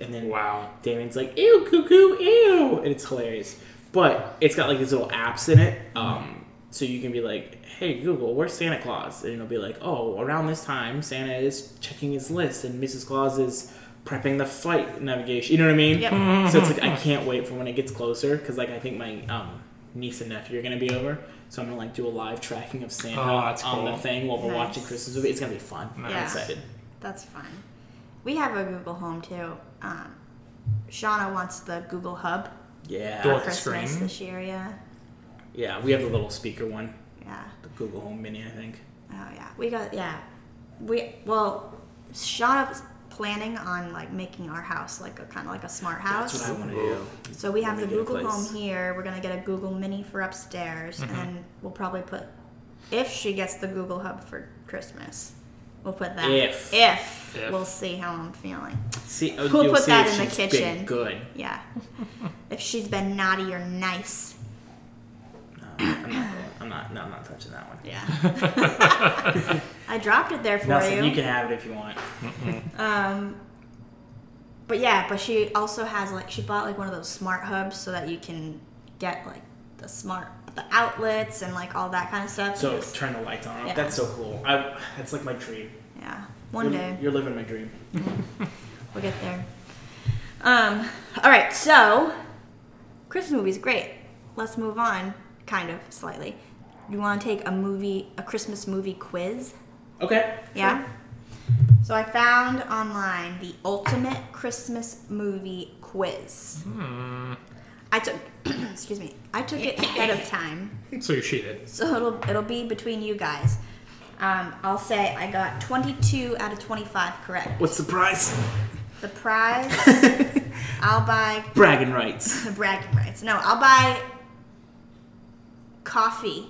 Speaker 2: And then
Speaker 3: Wow.
Speaker 2: Damon's like, ew, cuckoo, ew. And it's hilarious. But it's got like these little apps in it. Um, so you can be like, hey, Google, where's Santa Claus? And it'll be like, oh, around this time, Santa is checking his list and Mrs. Claus is prepping the flight navigation. You know what I mean?
Speaker 1: Yep.
Speaker 2: So it's like, I can't wait for when it gets closer because like I think my um, niece and nephew are going to be over. So I'm going to like do a live tracking of Santa
Speaker 3: Oh, that's
Speaker 2: on the
Speaker 3: cool.
Speaker 2: thing while we're
Speaker 1: Nice.
Speaker 2: watching Christmas movie. It's going to be fun.
Speaker 1: Yeah.
Speaker 2: I'm excited.
Speaker 1: That's fun. We have a Google Home too. Um, Shauna wants the Google Hub
Speaker 3: Do
Speaker 2: Yeah.
Speaker 3: it.
Speaker 1: for
Speaker 3: the
Speaker 1: Christmas
Speaker 3: screen?
Speaker 1: this year. Yeah,
Speaker 2: Yeah, we have a little speaker one.
Speaker 1: yeah.
Speaker 2: The Google Home Mini, I think.
Speaker 1: Oh yeah, we got yeah. We well, Shauna's planning on like making our house like a kind of like a smart house.
Speaker 2: That's what I want to do.
Speaker 1: so we have the
Speaker 2: Let me get a
Speaker 1: Google Home
Speaker 2: place. Mm-hmm.
Speaker 1: here. We're gonna get a Google Mini for upstairs, and we'll probably put if she gets the Google Hub for Christmas. We'll put that
Speaker 2: If.
Speaker 1: if,
Speaker 3: If.
Speaker 1: we'll see how I'm feeling.
Speaker 2: See, oh,
Speaker 1: We'll
Speaker 2: you'll
Speaker 1: put
Speaker 2: see
Speaker 1: that in
Speaker 2: if
Speaker 1: the
Speaker 2: she's been
Speaker 1: kitchen.
Speaker 2: Good.
Speaker 1: Yeah, if she's been naughty or nice.
Speaker 2: No, I'm not. Going, I'm not. No, I'm not touching that one.
Speaker 1: Yeah. I dropped it there for
Speaker 2: Nothing.
Speaker 1: you.
Speaker 2: You can have it if you want.
Speaker 1: um, but yeah, but she also has like she bought like one of those smart hubs so that you can get like the smart the outlets and like all that kind of stuff.
Speaker 2: So turn the lights on.
Speaker 1: Yeah.
Speaker 2: That's so cool. I. That's like my dream.
Speaker 1: yeah, one
Speaker 2: You're-
Speaker 1: day
Speaker 2: You're living my dream.
Speaker 1: we'll get there. Um, all right, so Christmas movies great. Let's move on, kind of slightly. You want to take a movie, a Christmas movie quiz?
Speaker 2: Okay.
Speaker 1: Yeah. So I found online the ultimate Christmas movie quiz. I took, excuse me, I took it ahead of time,
Speaker 3: So you cheated.
Speaker 1: so it'll it'll be between you guys. Um, I'll say I got 22 out of 25 correct.
Speaker 2: What's the prize?
Speaker 1: The prize, I'll buy
Speaker 2: Bragging rights.
Speaker 1: bragging rights. No, I'll buy coffee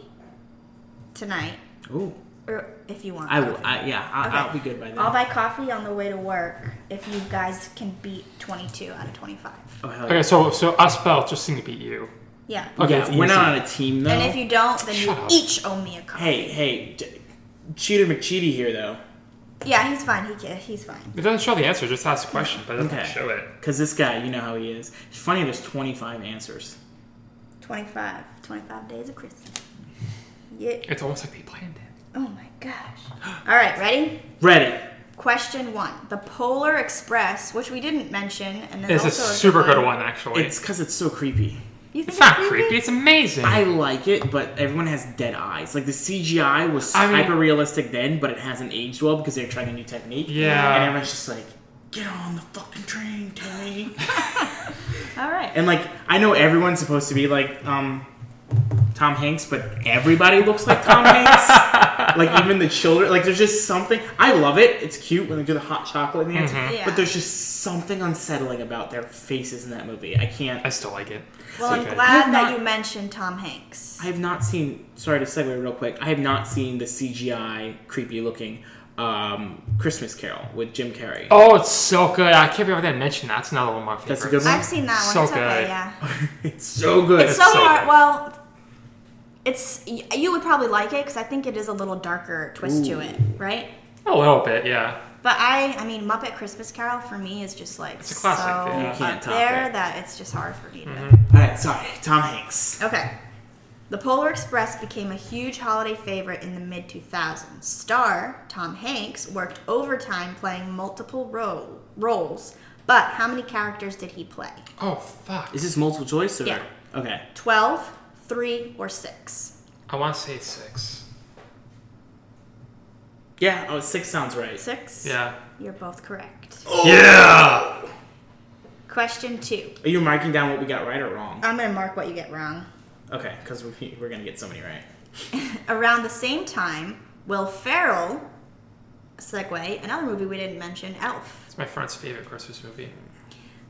Speaker 1: tonight,
Speaker 2: Ooh.
Speaker 1: or if you want.
Speaker 2: I will.
Speaker 1: coffee.
Speaker 2: I, yeah. I,
Speaker 1: Okay.
Speaker 2: I'll be good by then.
Speaker 1: I'll buy coffee on the way to work if you guys can beat 22 out of 25.
Speaker 2: oh hell yeah.
Speaker 3: Okay, so so us both just seem to beat you.
Speaker 1: Yeah.
Speaker 2: Okay.
Speaker 3: it's
Speaker 2: we're
Speaker 3: easy.
Speaker 2: not on a team though.
Speaker 1: And if you don't, then you
Speaker 3: Oh, Shut up.
Speaker 1: each owe me a coffee.
Speaker 2: hey, hey, J- Cheater McCheaty here though,
Speaker 1: Yeah, he's fine. He can, he's fine.
Speaker 3: It doesn't show the answer, just ask the question, but it doesn't
Speaker 2: Okay.
Speaker 3: show it.
Speaker 2: because this guy, you know how he is. It's funny. There's 25 answers.
Speaker 1: 25. 25 days of Christmas. Yeah.
Speaker 3: It's almost like they planned it.
Speaker 1: Oh my gosh. All right, ready?
Speaker 2: Ready.
Speaker 1: Question one. The Polar Express, which we didn't mention, and then
Speaker 3: It's
Speaker 1: also
Speaker 3: a super good one, actually.
Speaker 2: It's because it's so creepy.
Speaker 1: You think
Speaker 3: It's not creepy. It's amazing.
Speaker 2: I like it, but everyone has dead eyes. Like the CGI was
Speaker 3: I mean-
Speaker 2: hyper realistic then, but it hasn't aged well because they're trying a new technique.
Speaker 3: Yeah.
Speaker 2: and everyone's just like, "Get on the fucking train, Timmy."
Speaker 1: All right.
Speaker 2: and like, I know everyone's supposed to be like um, Tom Hanks, but everybody looks like Tom Hanks. Like even the children. Like there's just something. I love it. It's cute when they do the hot chocolate dance,
Speaker 3: Mm-hmm.
Speaker 1: Yeah.
Speaker 2: but there's just something unsettling about their faces in that movie. I can't.
Speaker 3: I still like it.
Speaker 1: Well,
Speaker 3: It's
Speaker 1: I'm
Speaker 3: okay.
Speaker 1: glad
Speaker 2: You've
Speaker 1: that
Speaker 2: not-
Speaker 1: you mentioned Tom Hanks.
Speaker 2: I have not seen. Sorry to segue real quick. I have not seen the CGI creepy looking um, Christmas Carol with Jim Carrey.
Speaker 3: Oh, it's so good. I can't believe I didn't mention that. It's another one of my favorites.
Speaker 2: That's a good one?
Speaker 1: I've seen that one.
Speaker 3: So
Speaker 1: it's okay,
Speaker 3: good.
Speaker 1: yeah.
Speaker 2: It's so good.
Speaker 1: It's so
Speaker 3: so
Speaker 1: hard.
Speaker 3: good.
Speaker 1: Well, it's y- you would probably like it because I think it is a little darker twist to it, right?
Speaker 3: A little bit, yeah.
Speaker 1: But I, I mean, Muppet Christmas Carol for me is just like
Speaker 3: It's a classic,
Speaker 1: so
Speaker 3: yeah. Mm-hmm.
Speaker 2: You can't
Speaker 1: up
Speaker 2: top
Speaker 1: there
Speaker 2: it.
Speaker 1: that it's just hard for me to.
Speaker 2: All right, sorry, Tom Hanks.
Speaker 1: Okay. The Polar Express became a huge holiday favorite in the mid 2000s. Star Tom Hanks worked overtime playing multiple ro- roles, but how many characters did he play?
Speaker 3: Oh fuck.
Speaker 2: Is this multiple choice or?
Speaker 1: Yeah.
Speaker 2: Okay.
Speaker 1: 12, 3, or 6?
Speaker 3: I want to say it's six.
Speaker 2: Yeah. Oh, six sounds right.
Speaker 1: 6?
Speaker 3: Yeah.
Speaker 1: You're both correct.
Speaker 3: Yeah.
Speaker 1: Question 2.
Speaker 2: Are you marking down what we got right or wrong?
Speaker 1: I'm going to mark what you get wrong.
Speaker 2: Okay, because we're, we're gonna get so many right.
Speaker 1: Around the same time, Will Ferrell, segue, another movie we didn't mention, Elf.
Speaker 3: It's my friend's favorite Christmas movie.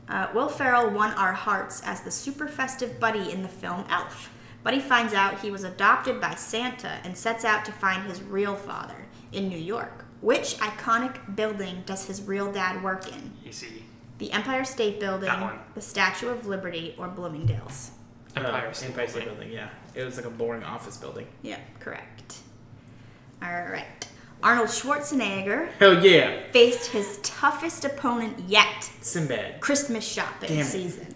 Speaker 1: Uh, Will Ferrell won our hearts as the super festive buddy in the film Elf. Buddy finds out he was adopted by Santa and sets out to find his real father in New York. Which iconic building does his real dad work in?
Speaker 3: Easy.
Speaker 1: The Empire State Building,
Speaker 3: That one.
Speaker 1: the Statue of Liberty, or Bloomingdale's?
Speaker 3: Empire
Speaker 2: Uh,
Speaker 3: State
Speaker 2: Empire State
Speaker 3: Building.
Speaker 2: Building. Yeah. It was like a boring office building.
Speaker 1: Yeah, correct. All right. Arnold Schwarzenegger
Speaker 2: Hell yeah,
Speaker 1: faced his toughest opponent yet
Speaker 2: Sinbad.
Speaker 1: Christmas shopping
Speaker 2: Damn it.
Speaker 1: season.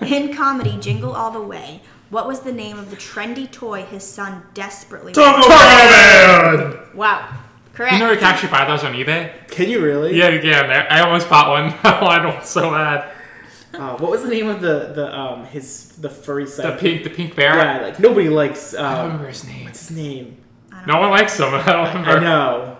Speaker 1: In comedy Jingle All the Way, what was the name of the trendy toy his son desperately Wow. Correct.
Speaker 3: You know you can actually buy those on eBay?
Speaker 2: Can you really?
Speaker 3: Yeah, you can. I I almost bought one. I wanted one so bad.
Speaker 2: Uh, what was the name of the the um his the furry side?
Speaker 3: The pink, the pink bear.
Speaker 2: Yeah, like nobody likes.
Speaker 3: I don't
Speaker 2: Um,
Speaker 3: remember his name.
Speaker 2: what's his name?
Speaker 3: No one likes him. I don't remember.
Speaker 2: I know.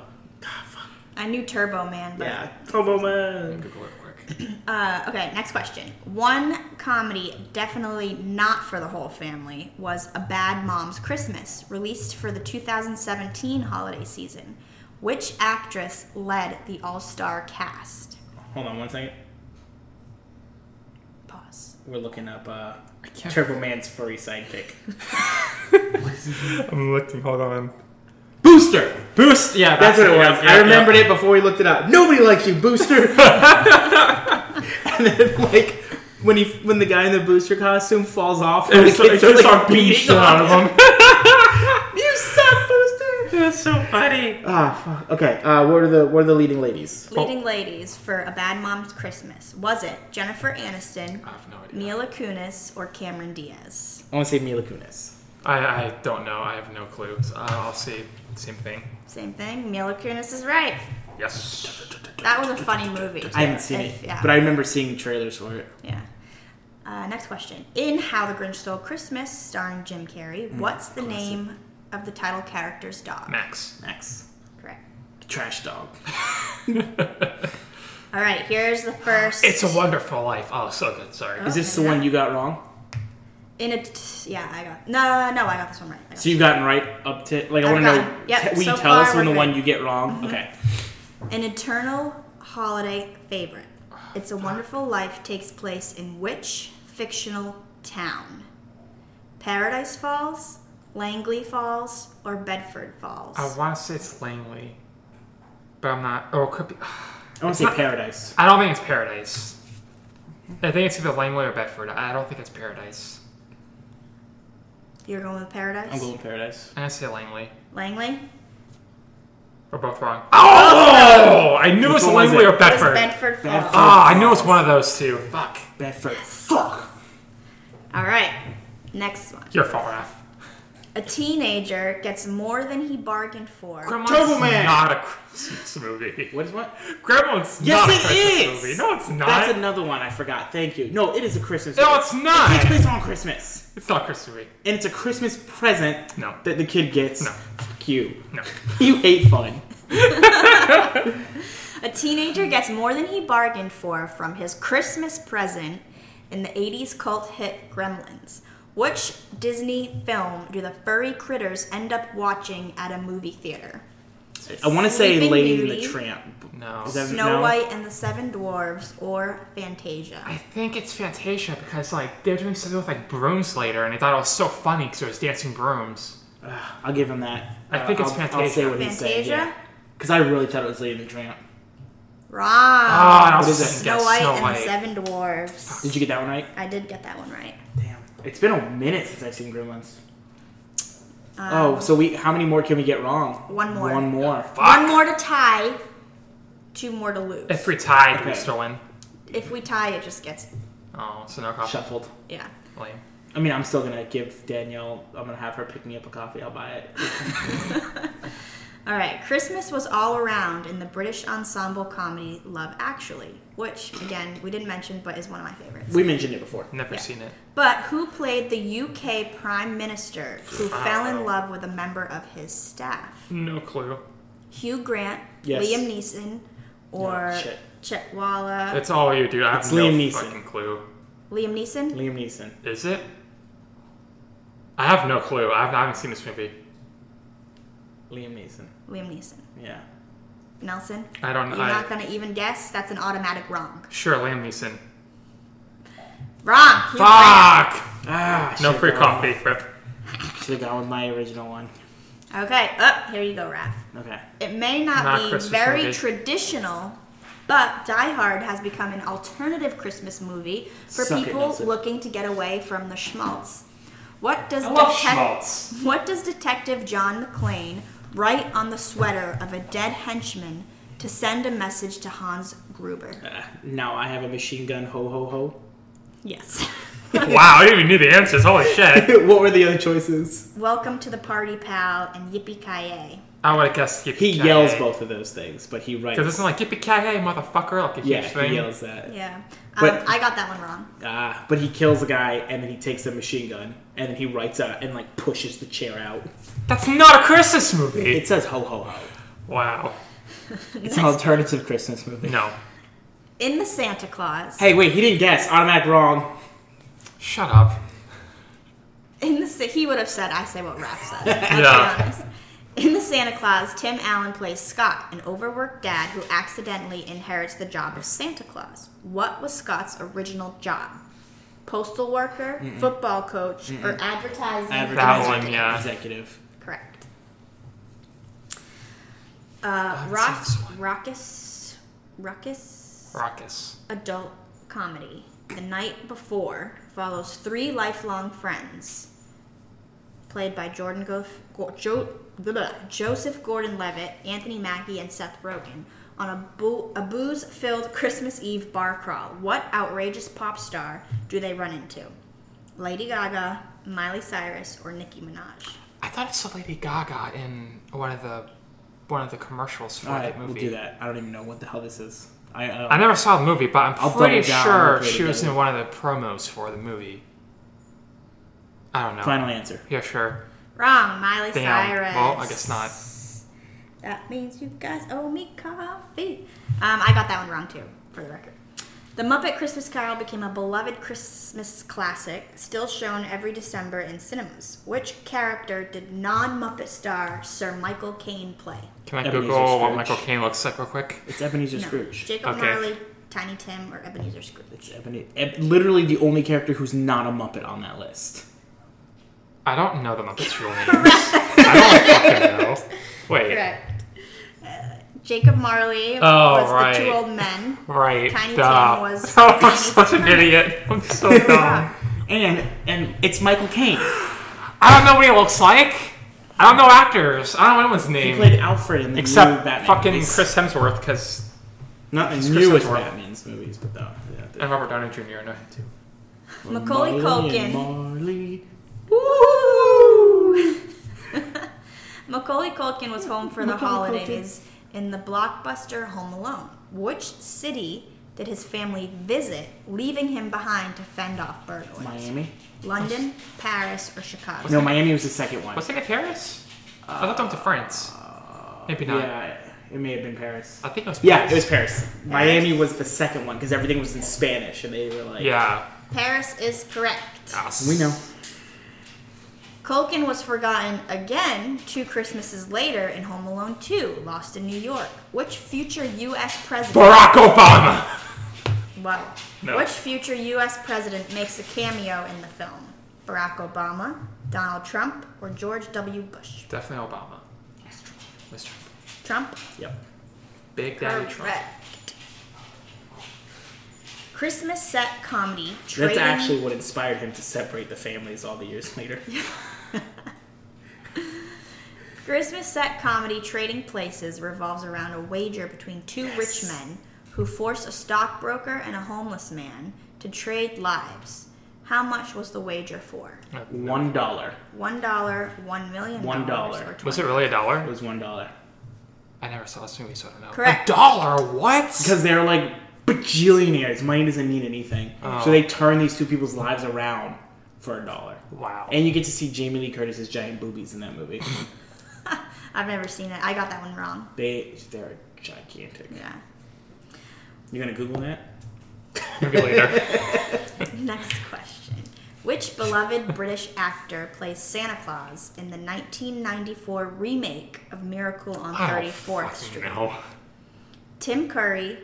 Speaker 1: I knew Turbo Man, but
Speaker 2: Yeah, Turbo Man.
Speaker 3: Google it quick.
Speaker 1: uh, okay, next question. One comedy definitely not for the whole family was A Bad Mom's Christmas, released for the 2017 holiday season. Which actress led the all-star cast?
Speaker 2: Hold on one second.
Speaker 1: Pause.
Speaker 2: We're looking up uh,
Speaker 3: I can't.
Speaker 2: Turbo Man's furry sidekick.
Speaker 3: I'm looking. Hold on.
Speaker 2: Booster.
Speaker 3: Boost. Yeah,
Speaker 2: That's what it was.
Speaker 3: Yeah,
Speaker 2: I
Speaker 3: yeah.
Speaker 2: remembered it before we looked it up. Nobody likes you, Booster. and then like when he when the guy in the Booster costume falls off, and
Speaker 3: They
Speaker 2: the
Speaker 3: start-
Speaker 2: kids
Speaker 3: they
Speaker 2: are, like,
Speaker 3: start beating
Speaker 2: beating
Speaker 3: shit out of him.
Speaker 2: You suck, Booster.
Speaker 3: That's so funny.
Speaker 2: Ah, fuck. okay. Uh, what are the what are the leading ladies?
Speaker 1: Leading ladies for A Bad Mom's Christmas. Was it Jennifer Aniston,
Speaker 3: I have no idea.
Speaker 1: Mila Kunis, or Cameron Diaz?
Speaker 2: I want to say Mila Kunis.
Speaker 3: I, I don't know. I have no clue. So I- I'll say same thing.
Speaker 1: Same thing. Mila Kunis is right.
Speaker 3: Yes.
Speaker 1: That was a funny movie.
Speaker 2: I haven't seen it,
Speaker 1: If- Yeah.
Speaker 2: but I remember seeing trailers for it.
Speaker 1: yeah. Uh, next question. In How the Grinch Stole Christmas, starring Jim Carrey,
Speaker 3: Hmm,
Speaker 1: what's the name of the title character's dog?
Speaker 3: Max.
Speaker 2: Max,
Speaker 1: Correct.
Speaker 2: trash dog.
Speaker 1: All right. Here's the first.
Speaker 3: It's a Wonderful Life. Oh, so good. Sorry.
Speaker 2: Is this the one you got wrong?
Speaker 1: In a t- yeah, I got no, no, I got this one right. I got
Speaker 2: So you've gotten right up to like I
Speaker 1: I've
Speaker 2: want to know.
Speaker 1: gotten- yep,
Speaker 2: t- will
Speaker 1: so
Speaker 2: you tell us
Speaker 1: far
Speaker 2: when the
Speaker 1: we're
Speaker 2: one
Speaker 1: good. Mm-hmm.
Speaker 2: you get wrong? Okay.
Speaker 1: An eternal holiday favorite. It's a Wonderful Life takes place in which fictional town? Paradise Falls, Langley Falls, or Bedford Falls?
Speaker 3: I want to say it's Langley, but I'm not. Or it could be.
Speaker 2: I want to say Paradise.
Speaker 3: I don't think it's Paradise. I think it's either Langley or Bedford. I don't think it's Paradise.
Speaker 1: You're going with Paradise?
Speaker 2: I'm going with Paradise.
Speaker 3: I'm gonna say Langley.
Speaker 1: Langley?
Speaker 3: We're both wrong. Oh! I knew it was
Speaker 2: Which one was
Speaker 3: Langley
Speaker 2: it?
Speaker 3: or
Speaker 1: It was
Speaker 3: Bedford.
Speaker 1: Bedford Falls.
Speaker 2: Bedford.
Speaker 3: Ah, I knew it's one of those two. Fuck.
Speaker 2: Bedford.
Speaker 1: All right. Next one.
Speaker 3: You're far off.
Speaker 1: a teenager gets more than he bargained for.
Speaker 3: Gremlins
Speaker 5: Turbo
Speaker 3: is
Speaker 5: Man.
Speaker 3: not a Christmas movie.
Speaker 2: What is what?
Speaker 3: Gremlins
Speaker 2: Yes,
Speaker 3: not a
Speaker 2: it
Speaker 3: Christmas
Speaker 2: is!
Speaker 3: movie. No, it's not.
Speaker 2: That's another one I forgot. Thank you. No, it is a Christmas.
Speaker 3: no,
Speaker 2: movie.
Speaker 3: it's
Speaker 2: It takes
Speaker 3: not.
Speaker 2: place on Christmas,
Speaker 3: It's not a Christmas movie.
Speaker 2: and it's a Christmas present
Speaker 3: No.
Speaker 2: that the kid gets.
Speaker 3: No.
Speaker 2: Fuck you.
Speaker 3: No.
Speaker 2: You hate fun.
Speaker 1: A teenager gets more than he bargained for from his Christmas present in the 80s cult hit Gremlins. Which Disney film do the furry critters end up watching at a movie theater?
Speaker 2: I want to say
Speaker 1: Sleeping
Speaker 2: Lady and
Speaker 1: Beauty.
Speaker 2: the Tramp.
Speaker 3: No.
Speaker 2: Is that-
Speaker 1: Snow
Speaker 2: No.
Speaker 1: White and the Seven Dwarves or Fantasia?
Speaker 3: I think it's Fantasia because like they're doing something with like brooms later, and I thought it was so funny because it was dancing brooms.
Speaker 2: Ugh, I'll give him that. Uh,
Speaker 3: I think it's
Speaker 2: I'll, I'll
Speaker 3: Fantasia.
Speaker 2: say what he said.
Speaker 1: Fantasia?
Speaker 2: Yeah. Because I really thought it was Lady and the Tramp.
Speaker 1: Wrong.
Speaker 3: Ah,
Speaker 2: What is it?
Speaker 1: Snow White and the Seven Dwarves.
Speaker 2: Did you get that one right?
Speaker 1: I did get that one right.
Speaker 2: Damn. It's been a minute since I've seen Gremlins. oh, so we how many more can we get wrong?
Speaker 1: Um, One more.
Speaker 2: One more.
Speaker 1: One more to tie, two more to lose.
Speaker 3: If we tied, we
Speaker 2: Okay.
Speaker 3: still win.
Speaker 1: If we tie, it just gets
Speaker 3: Oh, so no coffee.
Speaker 2: Shuffled.
Speaker 1: yeah.
Speaker 3: Lame.
Speaker 2: I mean, I'm still gonna give Danielle. I'm gonna have her pick me up a coffee. I'll buy it.
Speaker 1: All right, Christmas was all around in the British ensemble comedy Love Actually, which again we didn't mention but is one of my favorites.
Speaker 2: We mentioned it before.
Speaker 3: Never
Speaker 1: Yeah.
Speaker 3: seen it.
Speaker 1: But who played the UK Prime Minister who fell in love with a member of his staff?
Speaker 3: No clue.
Speaker 2: Uh,
Speaker 1: Hugh Grant,
Speaker 2: Yes.
Speaker 1: Liam Neeson, or
Speaker 2: No, shit. Uh,
Speaker 1: Chetwala?
Speaker 3: That's all you do. I have
Speaker 2: It's
Speaker 3: no
Speaker 2: Liam Neeson.
Speaker 3: fucking clue.
Speaker 1: Liam Neeson?
Speaker 2: Liam Neeson.
Speaker 3: Is it? I have no clue. I haven't, I haven't seen this movie.
Speaker 2: Liam Neeson.
Speaker 1: Liam Neeson.
Speaker 2: Yeah.
Speaker 1: Nelson?
Speaker 3: I don't.
Speaker 1: You're
Speaker 3: I,
Speaker 1: not gonna even guess? That's an automatic wrong.
Speaker 3: Sure, Liam Neeson.
Speaker 1: Wrong! Hugh Grant.
Speaker 3: Fuck.
Speaker 2: Ah.
Speaker 3: No free coffee. Rip.
Speaker 2: Should have gone with my original one.
Speaker 1: Okay, up, here you go, Raph.
Speaker 2: Okay.
Speaker 1: It may not,
Speaker 3: Not
Speaker 1: be
Speaker 3: Christmas
Speaker 1: very
Speaker 3: movie.
Speaker 1: traditional, but Die Hard has become an alternative Christmas movie for
Speaker 2: Suck it,
Speaker 1: people
Speaker 2: Nelson.
Speaker 1: looking to get away from the schmaltz. What does
Speaker 3: I love
Speaker 1: detec-
Speaker 3: schmaltz.
Speaker 1: What does Detective John McClane write on the sweater of a dead henchman to send a message to Hans Gruber?
Speaker 2: Uh, now I have a machine gun. Ho ho ho.
Speaker 1: Yes.
Speaker 3: wow, I didn't even knew the answers. Holy shit.
Speaker 2: what were the other choices?
Speaker 1: Welcome to the party, pal, and yippee ki yay!
Speaker 3: I would have guessed Yippee
Speaker 2: He yells both of those things, but he writes.
Speaker 3: Because it's like Yippee Ki motherfucker, like a huge
Speaker 2: yeah,
Speaker 3: thing.
Speaker 2: he yells that.
Speaker 1: Yeah, um,
Speaker 2: But-
Speaker 1: I got that one wrong.
Speaker 2: Ah, but he kills a guy and then he takes a machine gun and then he writes out and like pushes the chair out.
Speaker 3: That's not a Christmas movie.
Speaker 2: It says ho ho ho.
Speaker 3: wow.
Speaker 2: It's an alternative Christmas movie.
Speaker 3: No.
Speaker 1: In the Santa Claus.
Speaker 2: Hey, wait, he didn't guess. Automatic wrong.
Speaker 3: Shut up.
Speaker 1: In the Sa- he would have said, "I say what Raph said." Let's
Speaker 3: Yeah.
Speaker 1: be honest. In the Santa Claus, Tim Allen plays Scott, an overworked dad who accidentally inherits the job of Santa Claus. What was Scott's original job? Postal worker, football coach, or advertising?
Speaker 3: That one,
Speaker 2: Advertising
Speaker 3: yeah.
Speaker 2: Executive.
Speaker 1: Correct. Uh, rock, ruckus, ruckus
Speaker 3: Ruckus.
Speaker 1: adult comedy. The Night Before follows three lifelong friends, played by Jordan Gof- Go- jo- blah, blah, Joseph Gordon-Levitt, Anthony Mackie, and Seth Rogen on a, boo- a booze-filled Christmas Eve bar crawl. What outrageous pop star do they run into? Lady Gaga, Miley Cyrus, or Nicki Minaj?
Speaker 3: I thought I saw Lady Gaga in one of the one of the commercials for
Speaker 2: All
Speaker 3: that
Speaker 2: right,
Speaker 3: movie.
Speaker 2: we'll do that. I don't even know what the hell this is. I, uh, I, don't-
Speaker 3: I never saw the movie, but I'm
Speaker 2: I'll
Speaker 3: pretty
Speaker 2: double down and
Speaker 3: sure
Speaker 2: look at it
Speaker 3: she was
Speaker 2: again.
Speaker 3: in one of the promos for the movie. I don't know.
Speaker 2: Final answer.
Speaker 3: Yeah, sure.
Speaker 1: Wrong, Miley
Speaker 3: Damn.
Speaker 1: Cyrus.
Speaker 3: Well, I guess not.
Speaker 1: That means you guys owe me coffee. Um, I got that one wrong too, for the record. The Muppet Christmas Carol became a beloved Christmas classic, still shown every December in cinemas. Which character did non Muppet star Sir Michael Caine play?
Speaker 3: Can I
Speaker 2: Ebenezer
Speaker 3: Google what
Speaker 2: Scrooge.
Speaker 3: Michael Caine looks like real quick?
Speaker 2: It's Ebenezer
Speaker 1: No.
Speaker 2: Scrooge.
Speaker 1: Jacob
Speaker 3: Okay.
Speaker 1: Marley, Tiny Tim, or Ebenezer
Speaker 2: It's
Speaker 1: Scrooge?
Speaker 2: Ebene- Eb- literally the only character who's not a Muppet on that list.
Speaker 3: I don't know the Muppets real names. I don't fucking know. Wait.
Speaker 1: Correct. Uh, Jacob Marley
Speaker 3: Oh,
Speaker 1: was the two
Speaker 3: right.
Speaker 1: old men.
Speaker 3: Right.
Speaker 1: Tiny
Speaker 3: duh.
Speaker 1: Tim was-
Speaker 3: I'm such an idiot. I'm so dumb.
Speaker 2: And and it's Michael Caine.
Speaker 3: I don't know what he looks like. I don't know actors. I don't know anyone's
Speaker 2: He
Speaker 3: name.
Speaker 2: played Alfred in the new
Speaker 3: Except
Speaker 2: Batman.
Speaker 3: fucking
Speaker 2: movies.
Speaker 3: Chris Hemsworth, because
Speaker 2: Not the
Speaker 3: It's Chris
Speaker 2: newest
Speaker 3: Hemsworth.
Speaker 2: Batman's movies, but though. Yeah,
Speaker 3: and Robert Downey Jr. I know him too.
Speaker 1: Macaulay
Speaker 2: Marley
Speaker 1: Culkin.
Speaker 2: and Marley.
Speaker 1: Woo! Macaulay Culkin was home for the
Speaker 2: Macaulay Culkin.
Speaker 1: holidays in the blockbuster Home Alone. Which city did his family visit, leaving him behind to fend off burglars?
Speaker 2: Miami.
Speaker 1: London, Paris, or Chicago?
Speaker 2: No, Miami was the second one.
Speaker 3: Was it in Paris? I thought it went to France. Maybe not.
Speaker 2: Yeah, it may have been Paris.
Speaker 3: I think it was.
Speaker 2: Yeah,
Speaker 3: Paris.
Speaker 2: it was Paris. Miami was the second one because everything was in Spanish, and they were like,
Speaker 3: Yeah.
Speaker 1: Paris is correct.
Speaker 2: we know."
Speaker 1: Culkin was forgotten again two Christmases later in Home Alone 2, Lost in New York. Which future U.S. president?
Speaker 3: Barack Obama.
Speaker 1: Wow.
Speaker 3: No.
Speaker 1: Which future U.S. president makes a cameo in the film? Barack Obama, Donald Trump, or George W. Bush?
Speaker 3: Definitely Obama. Mr. Trump.
Speaker 1: Trump.
Speaker 2: Yep.
Speaker 3: Big Daddy Trump.
Speaker 1: Correct. Christmas set comedy.
Speaker 2: That's
Speaker 1: Trading-
Speaker 2: actually what inspired him to separate the families all the years later.
Speaker 1: Christmas set comedy Trading Places revolves around a wager between two rich men who force a stockbroker and a homeless man to trade lives. How much was the wager for?
Speaker 2: One dollar.
Speaker 1: One dollar, one million
Speaker 2: One
Speaker 1: dollars,
Speaker 2: dollar.
Speaker 1: or
Speaker 3: Was it
Speaker 1: 20
Speaker 3: really a
Speaker 2: It
Speaker 3: dollar?
Speaker 2: was one dollar.
Speaker 3: I never saw this movie, so I don't know.
Speaker 1: Correct.
Speaker 3: A dollar? What?
Speaker 2: Because they're like bajillionaires. Money doesn't mean anything.
Speaker 3: Oh.
Speaker 2: So they turn these two people's lives around for a dollar.
Speaker 3: Wow.
Speaker 2: And you get to see Jamie Lee Curtis's giant boobies in that movie.
Speaker 1: I've never seen it. I got that one wrong.
Speaker 2: they they're gigantic.
Speaker 1: Yeah.
Speaker 2: You're gonna Google that?
Speaker 3: Maybe later.
Speaker 1: Next question. Which beloved British actor plays Santa Claus in the 1994 remake of Miracle on
Speaker 2: Oh,
Speaker 3: I don't
Speaker 1: 34th
Speaker 3: fucking
Speaker 1: Street?
Speaker 3: know.
Speaker 1: Tim Curry,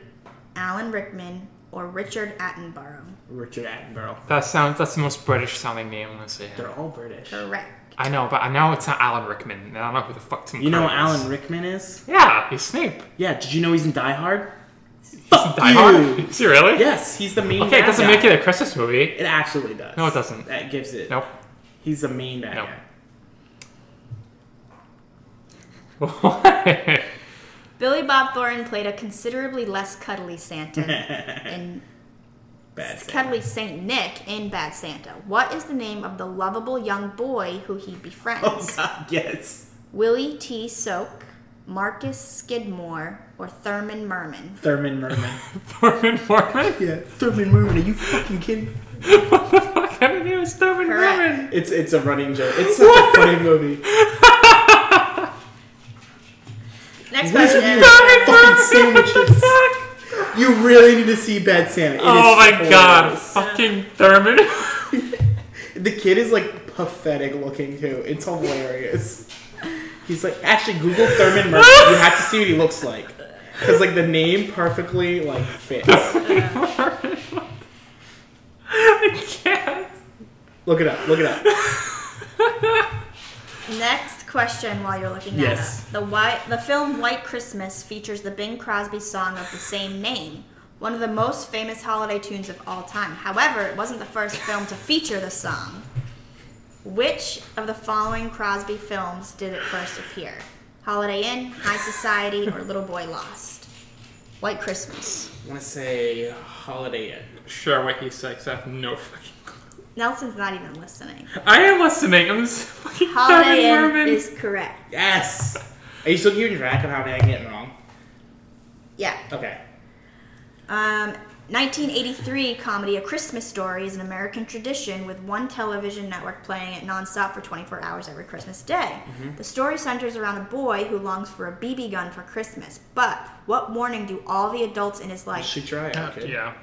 Speaker 1: Alan Rickman, or Richard Attenborough?
Speaker 2: Richard Attenborough.
Speaker 3: That sounds. That's the most British sounding name I'm gonna say.
Speaker 2: They're all British.
Speaker 1: Correct.
Speaker 3: I know, but I know it's not Alan Rickman. and I don't know who the fuck Tim
Speaker 2: You know
Speaker 3: Curry is.
Speaker 2: Alan Rickman is?
Speaker 3: Yeah, he's Snape.
Speaker 2: Yeah. Did you know he's in Die Hard?
Speaker 3: Fuck Die Hard. Is he really?
Speaker 2: Yes, he's the main.
Speaker 3: Okay, it
Speaker 2: bad
Speaker 3: doesn't
Speaker 2: guy.
Speaker 3: make it a Christmas movie.
Speaker 2: It absolutely does.
Speaker 3: No, it doesn't.
Speaker 2: That gives it.
Speaker 3: Nope.
Speaker 2: He's the main bad
Speaker 3: Nope.
Speaker 2: guy.
Speaker 1: Billy Bob Thornton played a considerably less cuddly Santa in
Speaker 2: Bad
Speaker 1: cuddly Saint Nick in Bad Santa. What is the name of the lovable young boy who he
Speaker 2: Oh
Speaker 1: befriends?
Speaker 2: God, yes.
Speaker 1: Willie T. Soak, Marcus Skidmore, or Thurman Merman?
Speaker 2: Thurman Merman.
Speaker 3: Thurman Mormon?
Speaker 2: yeah, Thurman Merman. Are you fucking kidding?
Speaker 3: What the fuck? I didn't even Thurman
Speaker 1: Correct.
Speaker 3: Merman.
Speaker 2: It's it's a running joke. It's such a funny movie.
Speaker 1: Next
Speaker 2: Where's
Speaker 1: question.
Speaker 2: your-
Speaker 3: Thurman
Speaker 2: Fucking
Speaker 3: Merman. What the
Speaker 2: sandwiches.
Speaker 3: fuck?
Speaker 2: You really need to see Bad Santa. It is
Speaker 3: Oh my god,
Speaker 2: hilarious.
Speaker 3: fucking Thurman.
Speaker 2: The kid is like pathetic looking too. It's hilarious. He's like actually Google Thurman Merman. You have to see what he looks like because like the name perfectly like fits.
Speaker 3: I can't.
Speaker 2: Look it up. Look it up.
Speaker 1: Next question while you're looking that
Speaker 2: Yes.
Speaker 1: up. The white the film White Christmas features the Bing Crosby song of the same name, one of the most famous holiday tunes of all time. However, it wasn't the first film to feature the song. Which of the following Crosby films did it first appear? Holiday Inn, High Society, or Little Boy Lost? White Christmas.
Speaker 2: I want to say Holiday Inn.
Speaker 3: Sure, what he says, I have no fucking clue.
Speaker 1: Nelson's not even listening.
Speaker 3: I am listening. I'm just fucking
Speaker 1: Holiday
Speaker 3: Thurman
Speaker 1: Inn
Speaker 3: Merman.
Speaker 1: is correct.
Speaker 2: Yes. Are you still keeping track of how many I'm getting wrong?
Speaker 1: Yeah.
Speaker 2: Okay.
Speaker 1: Um, 1983 comedy A Christmas Story is an American tradition with one television network playing it nonstop for 24 hours every Christmas day. The story centers around a boy who longs for a BB gun for Christmas, but what warning do all the adults in his life?
Speaker 2: Should try. it, Okay.
Speaker 3: Uh, yeah.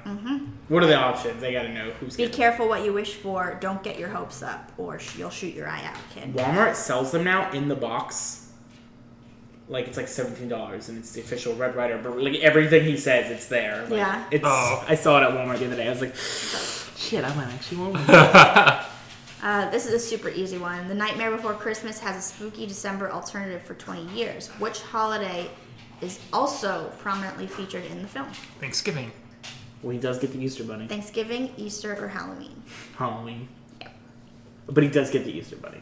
Speaker 2: What are the options? I gotta know who's
Speaker 1: Be
Speaker 2: getting.
Speaker 1: careful what you wish for, don't get your hopes up, or sh- you'll shoot your eye out, kid.
Speaker 2: Walmart sells them now in the box. Like it's like seventeen dollars, and it's the official Red Rider. But like everything he says, it's there. Like,
Speaker 1: Yeah.
Speaker 2: It's.
Speaker 3: Oh.
Speaker 2: I saw it at Walmart the other day. I was like, shit, I might actually want one.
Speaker 1: Uh, this is a super easy one. The Nightmare Before Christmas has a spooky December alternative for 20 years. Which holiday is also prominently featured in the film?
Speaker 3: Thanksgiving.
Speaker 2: well, he does get the Easter bunny.
Speaker 1: Thanksgiving, Easter, or Halloween?
Speaker 2: Halloween. But he does get the Easter bunny.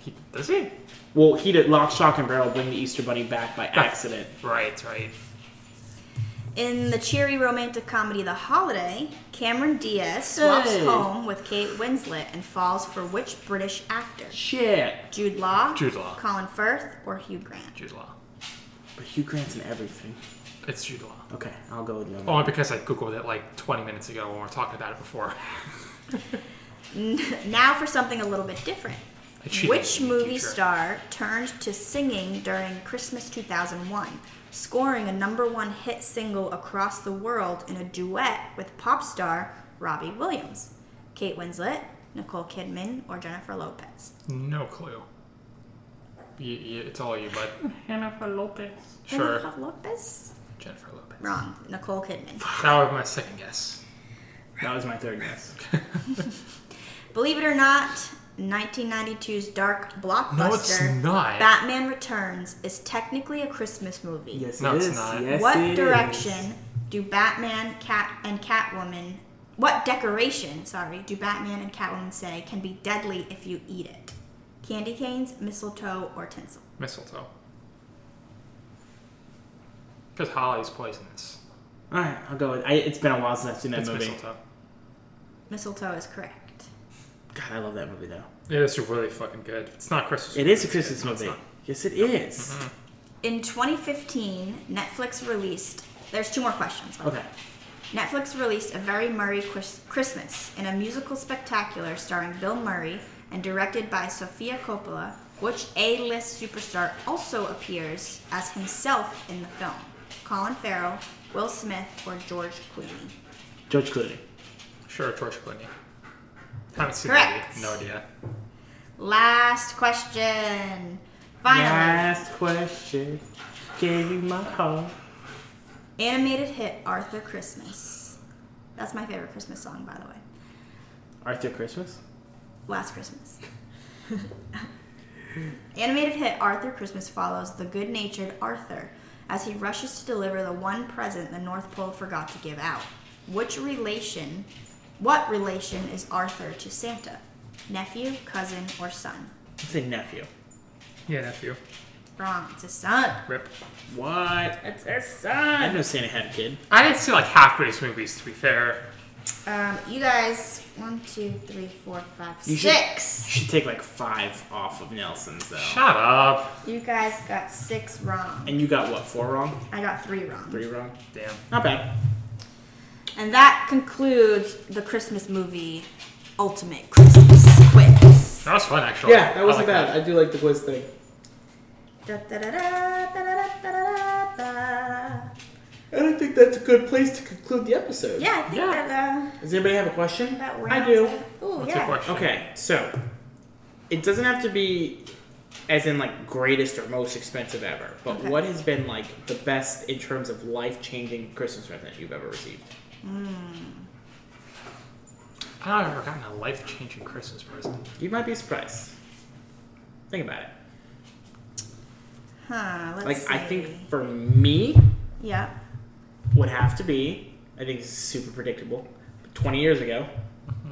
Speaker 3: He, does he?
Speaker 2: Well, he did. Lock, Shock, and Barrel bring the Easter bunny back by accident.
Speaker 3: Right, right.
Speaker 1: In the cheery romantic comedy The Holiday, Cameron Diaz swaps
Speaker 2: Hey.
Speaker 1: home with Kate Winslet and falls for which British actor?
Speaker 2: Shit.
Speaker 1: Jude Law,
Speaker 3: Jude Law.
Speaker 1: Colin Firth, or Hugh Grant?
Speaker 3: Jude Law.
Speaker 2: But Hugh Grant's in everything.
Speaker 3: It's Jude Law.
Speaker 2: Okay, I'll go with you. on that.
Speaker 3: Only because I googled it like 20 minutes ago when we were talking about it before.
Speaker 1: Now for something a little bit different.
Speaker 3: I cheated
Speaker 1: Which
Speaker 3: in the
Speaker 1: movie
Speaker 3: future.
Speaker 1: star turned to singing during Christmas 2001, scoring a number one hit single across the world in a duet with pop star Robbie Williams? Kate Winslet, Nicole Kidman, or Jennifer Lopez?
Speaker 3: No clue. You, you, it's all you, bud.
Speaker 2: Jennifer Lopez.
Speaker 3: Sure.
Speaker 1: Jennifer Lopez?
Speaker 3: Jennifer Lopez.
Speaker 1: Wrong. Nicole Kidman.
Speaker 3: That was my second guess. Oh.
Speaker 2: That was my third guess.
Speaker 1: Believe it or not, 1992's dark
Speaker 3: No, it's
Speaker 1: blockbuster
Speaker 3: not.
Speaker 1: Batman Returns is technically a Christmas movie.
Speaker 2: Yes,
Speaker 3: No,
Speaker 2: it
Speaker 3: it's
Speaker 2: is.
Speaker 3: not.
Speaker 2: Yes,
Speaker 1: what
Speaker 2: it is.
Speaker 1: direction do Batman, Cat, and Catwoman? What decoration, sorry, do Batman and Catwoman say can be deadly if you eat it? Candy canes, mistletoe, or tinsel?
Speaker 3: Mistletoe. Because Holly's poisonous.
Speaker 2: All right, I'll go with. I, it's been a while since I've seen that
Speaker 3: It's
Speaker 2: movie.
Speaker 3: mistletoe.
Speaker 1: Mistletoe is correct.
Speaker 2: God, I love that movie though.
Speaker 3: Yeah, it's really fucking good. It's not Christmas.
Speaker 2: It is a Christmas
Speaker 3: No, it's
Speaker 2: movie.
Speaker 3: not.
Speaker 2: Yes, it is.
Speaker 1: In 2015, Netflix released. There's two more questions.
Speaker 2: Okay.
Speaker 1: Netflix released A Very Murray Chris- Christmas in a musical spectacular starring Bill Murray and directed by Sofia Coppola, which A list superstar also appears as himself in the film Colin Farrell, Will Smith, or George Clooney.
Speaker 2: George Clooney.
Speaker 3: Sure, George Clooney. Haven't seen
Speaker 1: Correct.
Speaker 3: the movie. No idea.
Speaker 1: Last question. Finally,
Speaker 2: Last question. Gave you my heart.
Speaker 1: animated hit Arthur Christmas. That's my favorite Christmas song, by the way.
Speaker 2: Arthur Christmas.
Speaker 1: Last Christmas. Animated hit Arthur Christmas follows the good natured Arthur as he rushes to deliver the one present the North Pole forgot to give out. Which relation, what relation is Arthur to Santa? Nephew, cousin, or son?
Speaker 2: I say nephew.
Speaker 3: Yeah, nephew.
Speaker 1: Wrong, it's a son.
Speaker 3: Rip.
Speaker 2: What? It's his son. I know Santa had a kid.
Speaker 3: I didn't see like half of these movies, to be fair.
Speaker 1: Um, you guys, one, two, three, four, five,
Speaker 2: You
Speaker 1: six.
Speaker 2: should- You should take like five off of Nelson's though.
Speaker 3: Shut up.
Speaker 1: You guys got six wrong.
Speaker 2: And you got what? Four wrong?
Speaker 1: I got three wrong.
Speaker 2: Three wrong?
Speaker 3: Damn.
Speaker 2: Not bad.
Speaker 1: And that concludes the Christmas movie Ultimate Christmas Quiz.
Speaker 3: That was fun, actually. I like
Speaker 2: I do like the quiz thing.
Speaker 1: Yeah,
Speaker 2: I don't think that's a good place to conclude the episode.
Speaker 1: I think that uh,
Speaker 2: Does anybody have a question?
Speaker 1: that
Speaker 2: I do.
Speaker 1: Oh
Speaker 3: What's your
Speaker 1: yeah.
Speaker 3: question?
Speaker 2: Okay, so it doesn't have to be as in like greatest or most expensive ever, but
Speaker 1: Okay.
Speaker 2: what has been like the best in terms of life changing Christmas present you've ever received?
Speaker 3: I don't ever gotten a life changing Christmas present.
Speaker 2: You might be surprised. Think about it.
Speaker 1: Huh. Let's
Speaker 2: Like
Speaker 1: see.
Speaker 2: I think for me
Speaker 1: Yeah.
Speaker 2: would have to be I think it's super predictable. But Twenty years ago,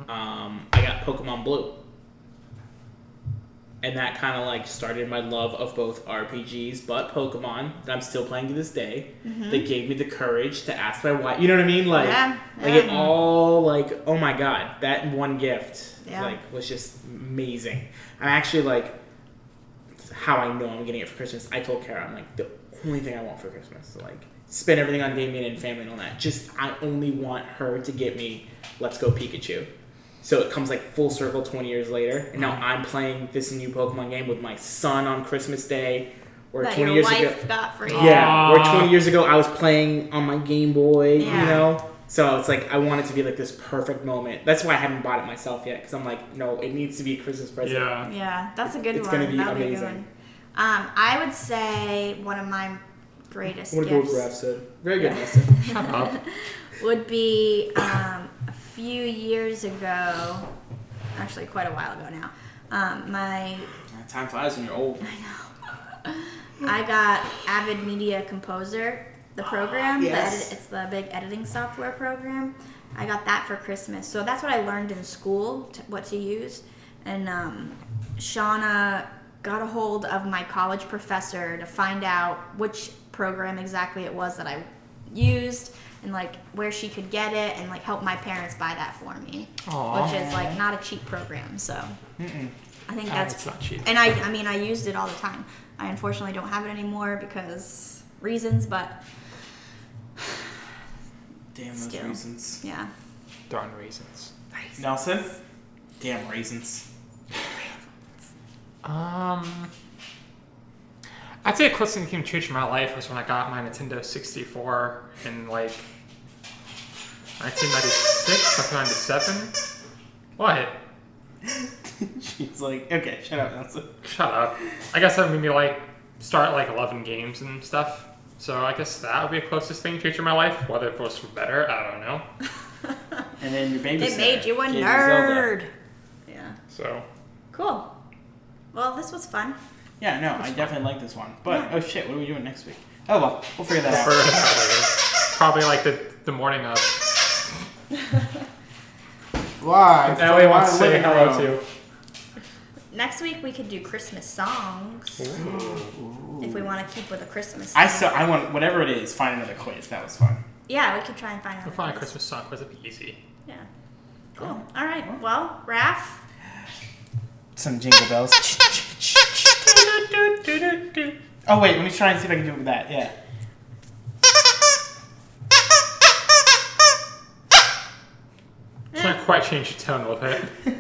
Speaker 2: um, I got Pokemon Blue. And that kind of like started my love of both RPGs, but Pokemon that I'm still playing to this day. That gave me the courage to ask my wife. You know what I mean? Like,
Speaker 1: Yeah,
Speaker 2: like it
Speaker 1: yeah.
Speaker 2: all like oh my god, that one gift
Speaker 1: Yeah.
Speaker 2: like was just amazing. I'm actually like how I know I'm getting it for Christmas. I told Kara, I'm like, the only thing I want for Christmas, is, like, spend everything on Damien and family and all that. Just, I only want her to get me Let's Go Pikachu. So it comes like full circle 20 years later. And
Speaker 1: Mm-hmm.
Speaker 2: now I'm playing this new Pokemon game with my son on Christmas Day. Or
Speaker 1: That
Speaker 2: 20
Speaker 1: your
Speaker 2: years ago.
Speaker 1: wife got for you.
Speaker 2: Yeah, or
Speaker 3: Aw.
Speaker 2: 20 years ago, I was playing on my Game Boy,
Speaker 1: Yeah.
Speaker 2: you know? So it's like, I want it to be like this perfect moment. That's why I haven't bought it myself yet, because I'm like, no, it needs to be a Christmas present.
Speaker 3: Yeah.
Speaker 1: Yeah, that's a good
Speaker 2: It's
Speaker 1: one.
Speaker 2: gonna be
Speaker 1: That'll be a good
Speaker 2: amazing.
Speaker 1: one. Um, I would say one of my greatest
Speaker 2: I'm gonna go with what Raph
Speaker 1: gifts
Speaker 2: said. Very good, Nelson.
Speaker 3: Shut up.
Speaker 1: would be um, a few years ago, actually quite a while ago now. Um, my
Speaker 2: Time flies when you're old.
Speaker 1: I got Avid Media Composer, the program. the
Speaker 2: Yes.
Speaker 1: edit- it's the big editing software program. I got that for Christmas. So that's what I learned in school, to, what to use. And um, Shauna got a hold of my college professor to find out which program exactly it was that I used and like where she could get it and like help my parents buy that for me,
Speaker 3: Aw.
Speaker 1: which is like not a cheap program. So I think
Speaker 3: Ah,
Speaker 1: that's
Speaker 3: it's not cheap.
Speaker 1: And I I mean I used it all the time. I unfortunately don't have it anymore because reasons, but
Speaker 2: Damn those
Speaker 1: Still.
Speaker 2: reasons.
Speaker 1: yeah.
Speaker 3: Darn raisins.
Speaker 2: Nelson? Damn raisins.
Speaker 3: Um, I'd say the closest thing that came to change my life was when I got my Nintendo 64 in like 1996, 1997. What?
Speaker 2: She's like, okay, shut up, Nelson.
Speaker 3: Shut up. I guess that would maybe like start like 11 games and stuff. So I guess that would be the closest thing to changing my life. Whether it was for better, I don't know.
Speaker 2: And then your babysitter.
Speaker 1: It made you a
Speaker 2: gave Zelda.
Speaker 1: nerd. Yeah.
Speaker 3: So
Speaker 1: Cool. Well, this was fun.
Speaker 2: Yeah, no, I definitely like this one. But, oh shit, what are we doing next week? Oh well, we'll figure that
Speaker 3: for
Speaker 2: out.
Speaker 3: probably like the, the morning of.
Speaker 2: Live.
Speaker 3: That way, wants to say hello to.
Speaker 1: Next week we could do Christmas songs if we want to keep with a Christmas.
Speaker 2: I
Speaker 1: theme.
Speaker 2: still, I want, whatever it is, find another quiz. That was fun.
Speaker 1: Yeah, we could try and find out.
Speaker 3: We'll find a Christmas song quiz. It'd be easy.
Speaker 1: Yeah. Cool. All right. Well, Raph.
Speaker 2: Some jingle bells. oh wait, let me try and see if I can do it with that. Yeah.
Speaker 3: Can't quite change the tone with it.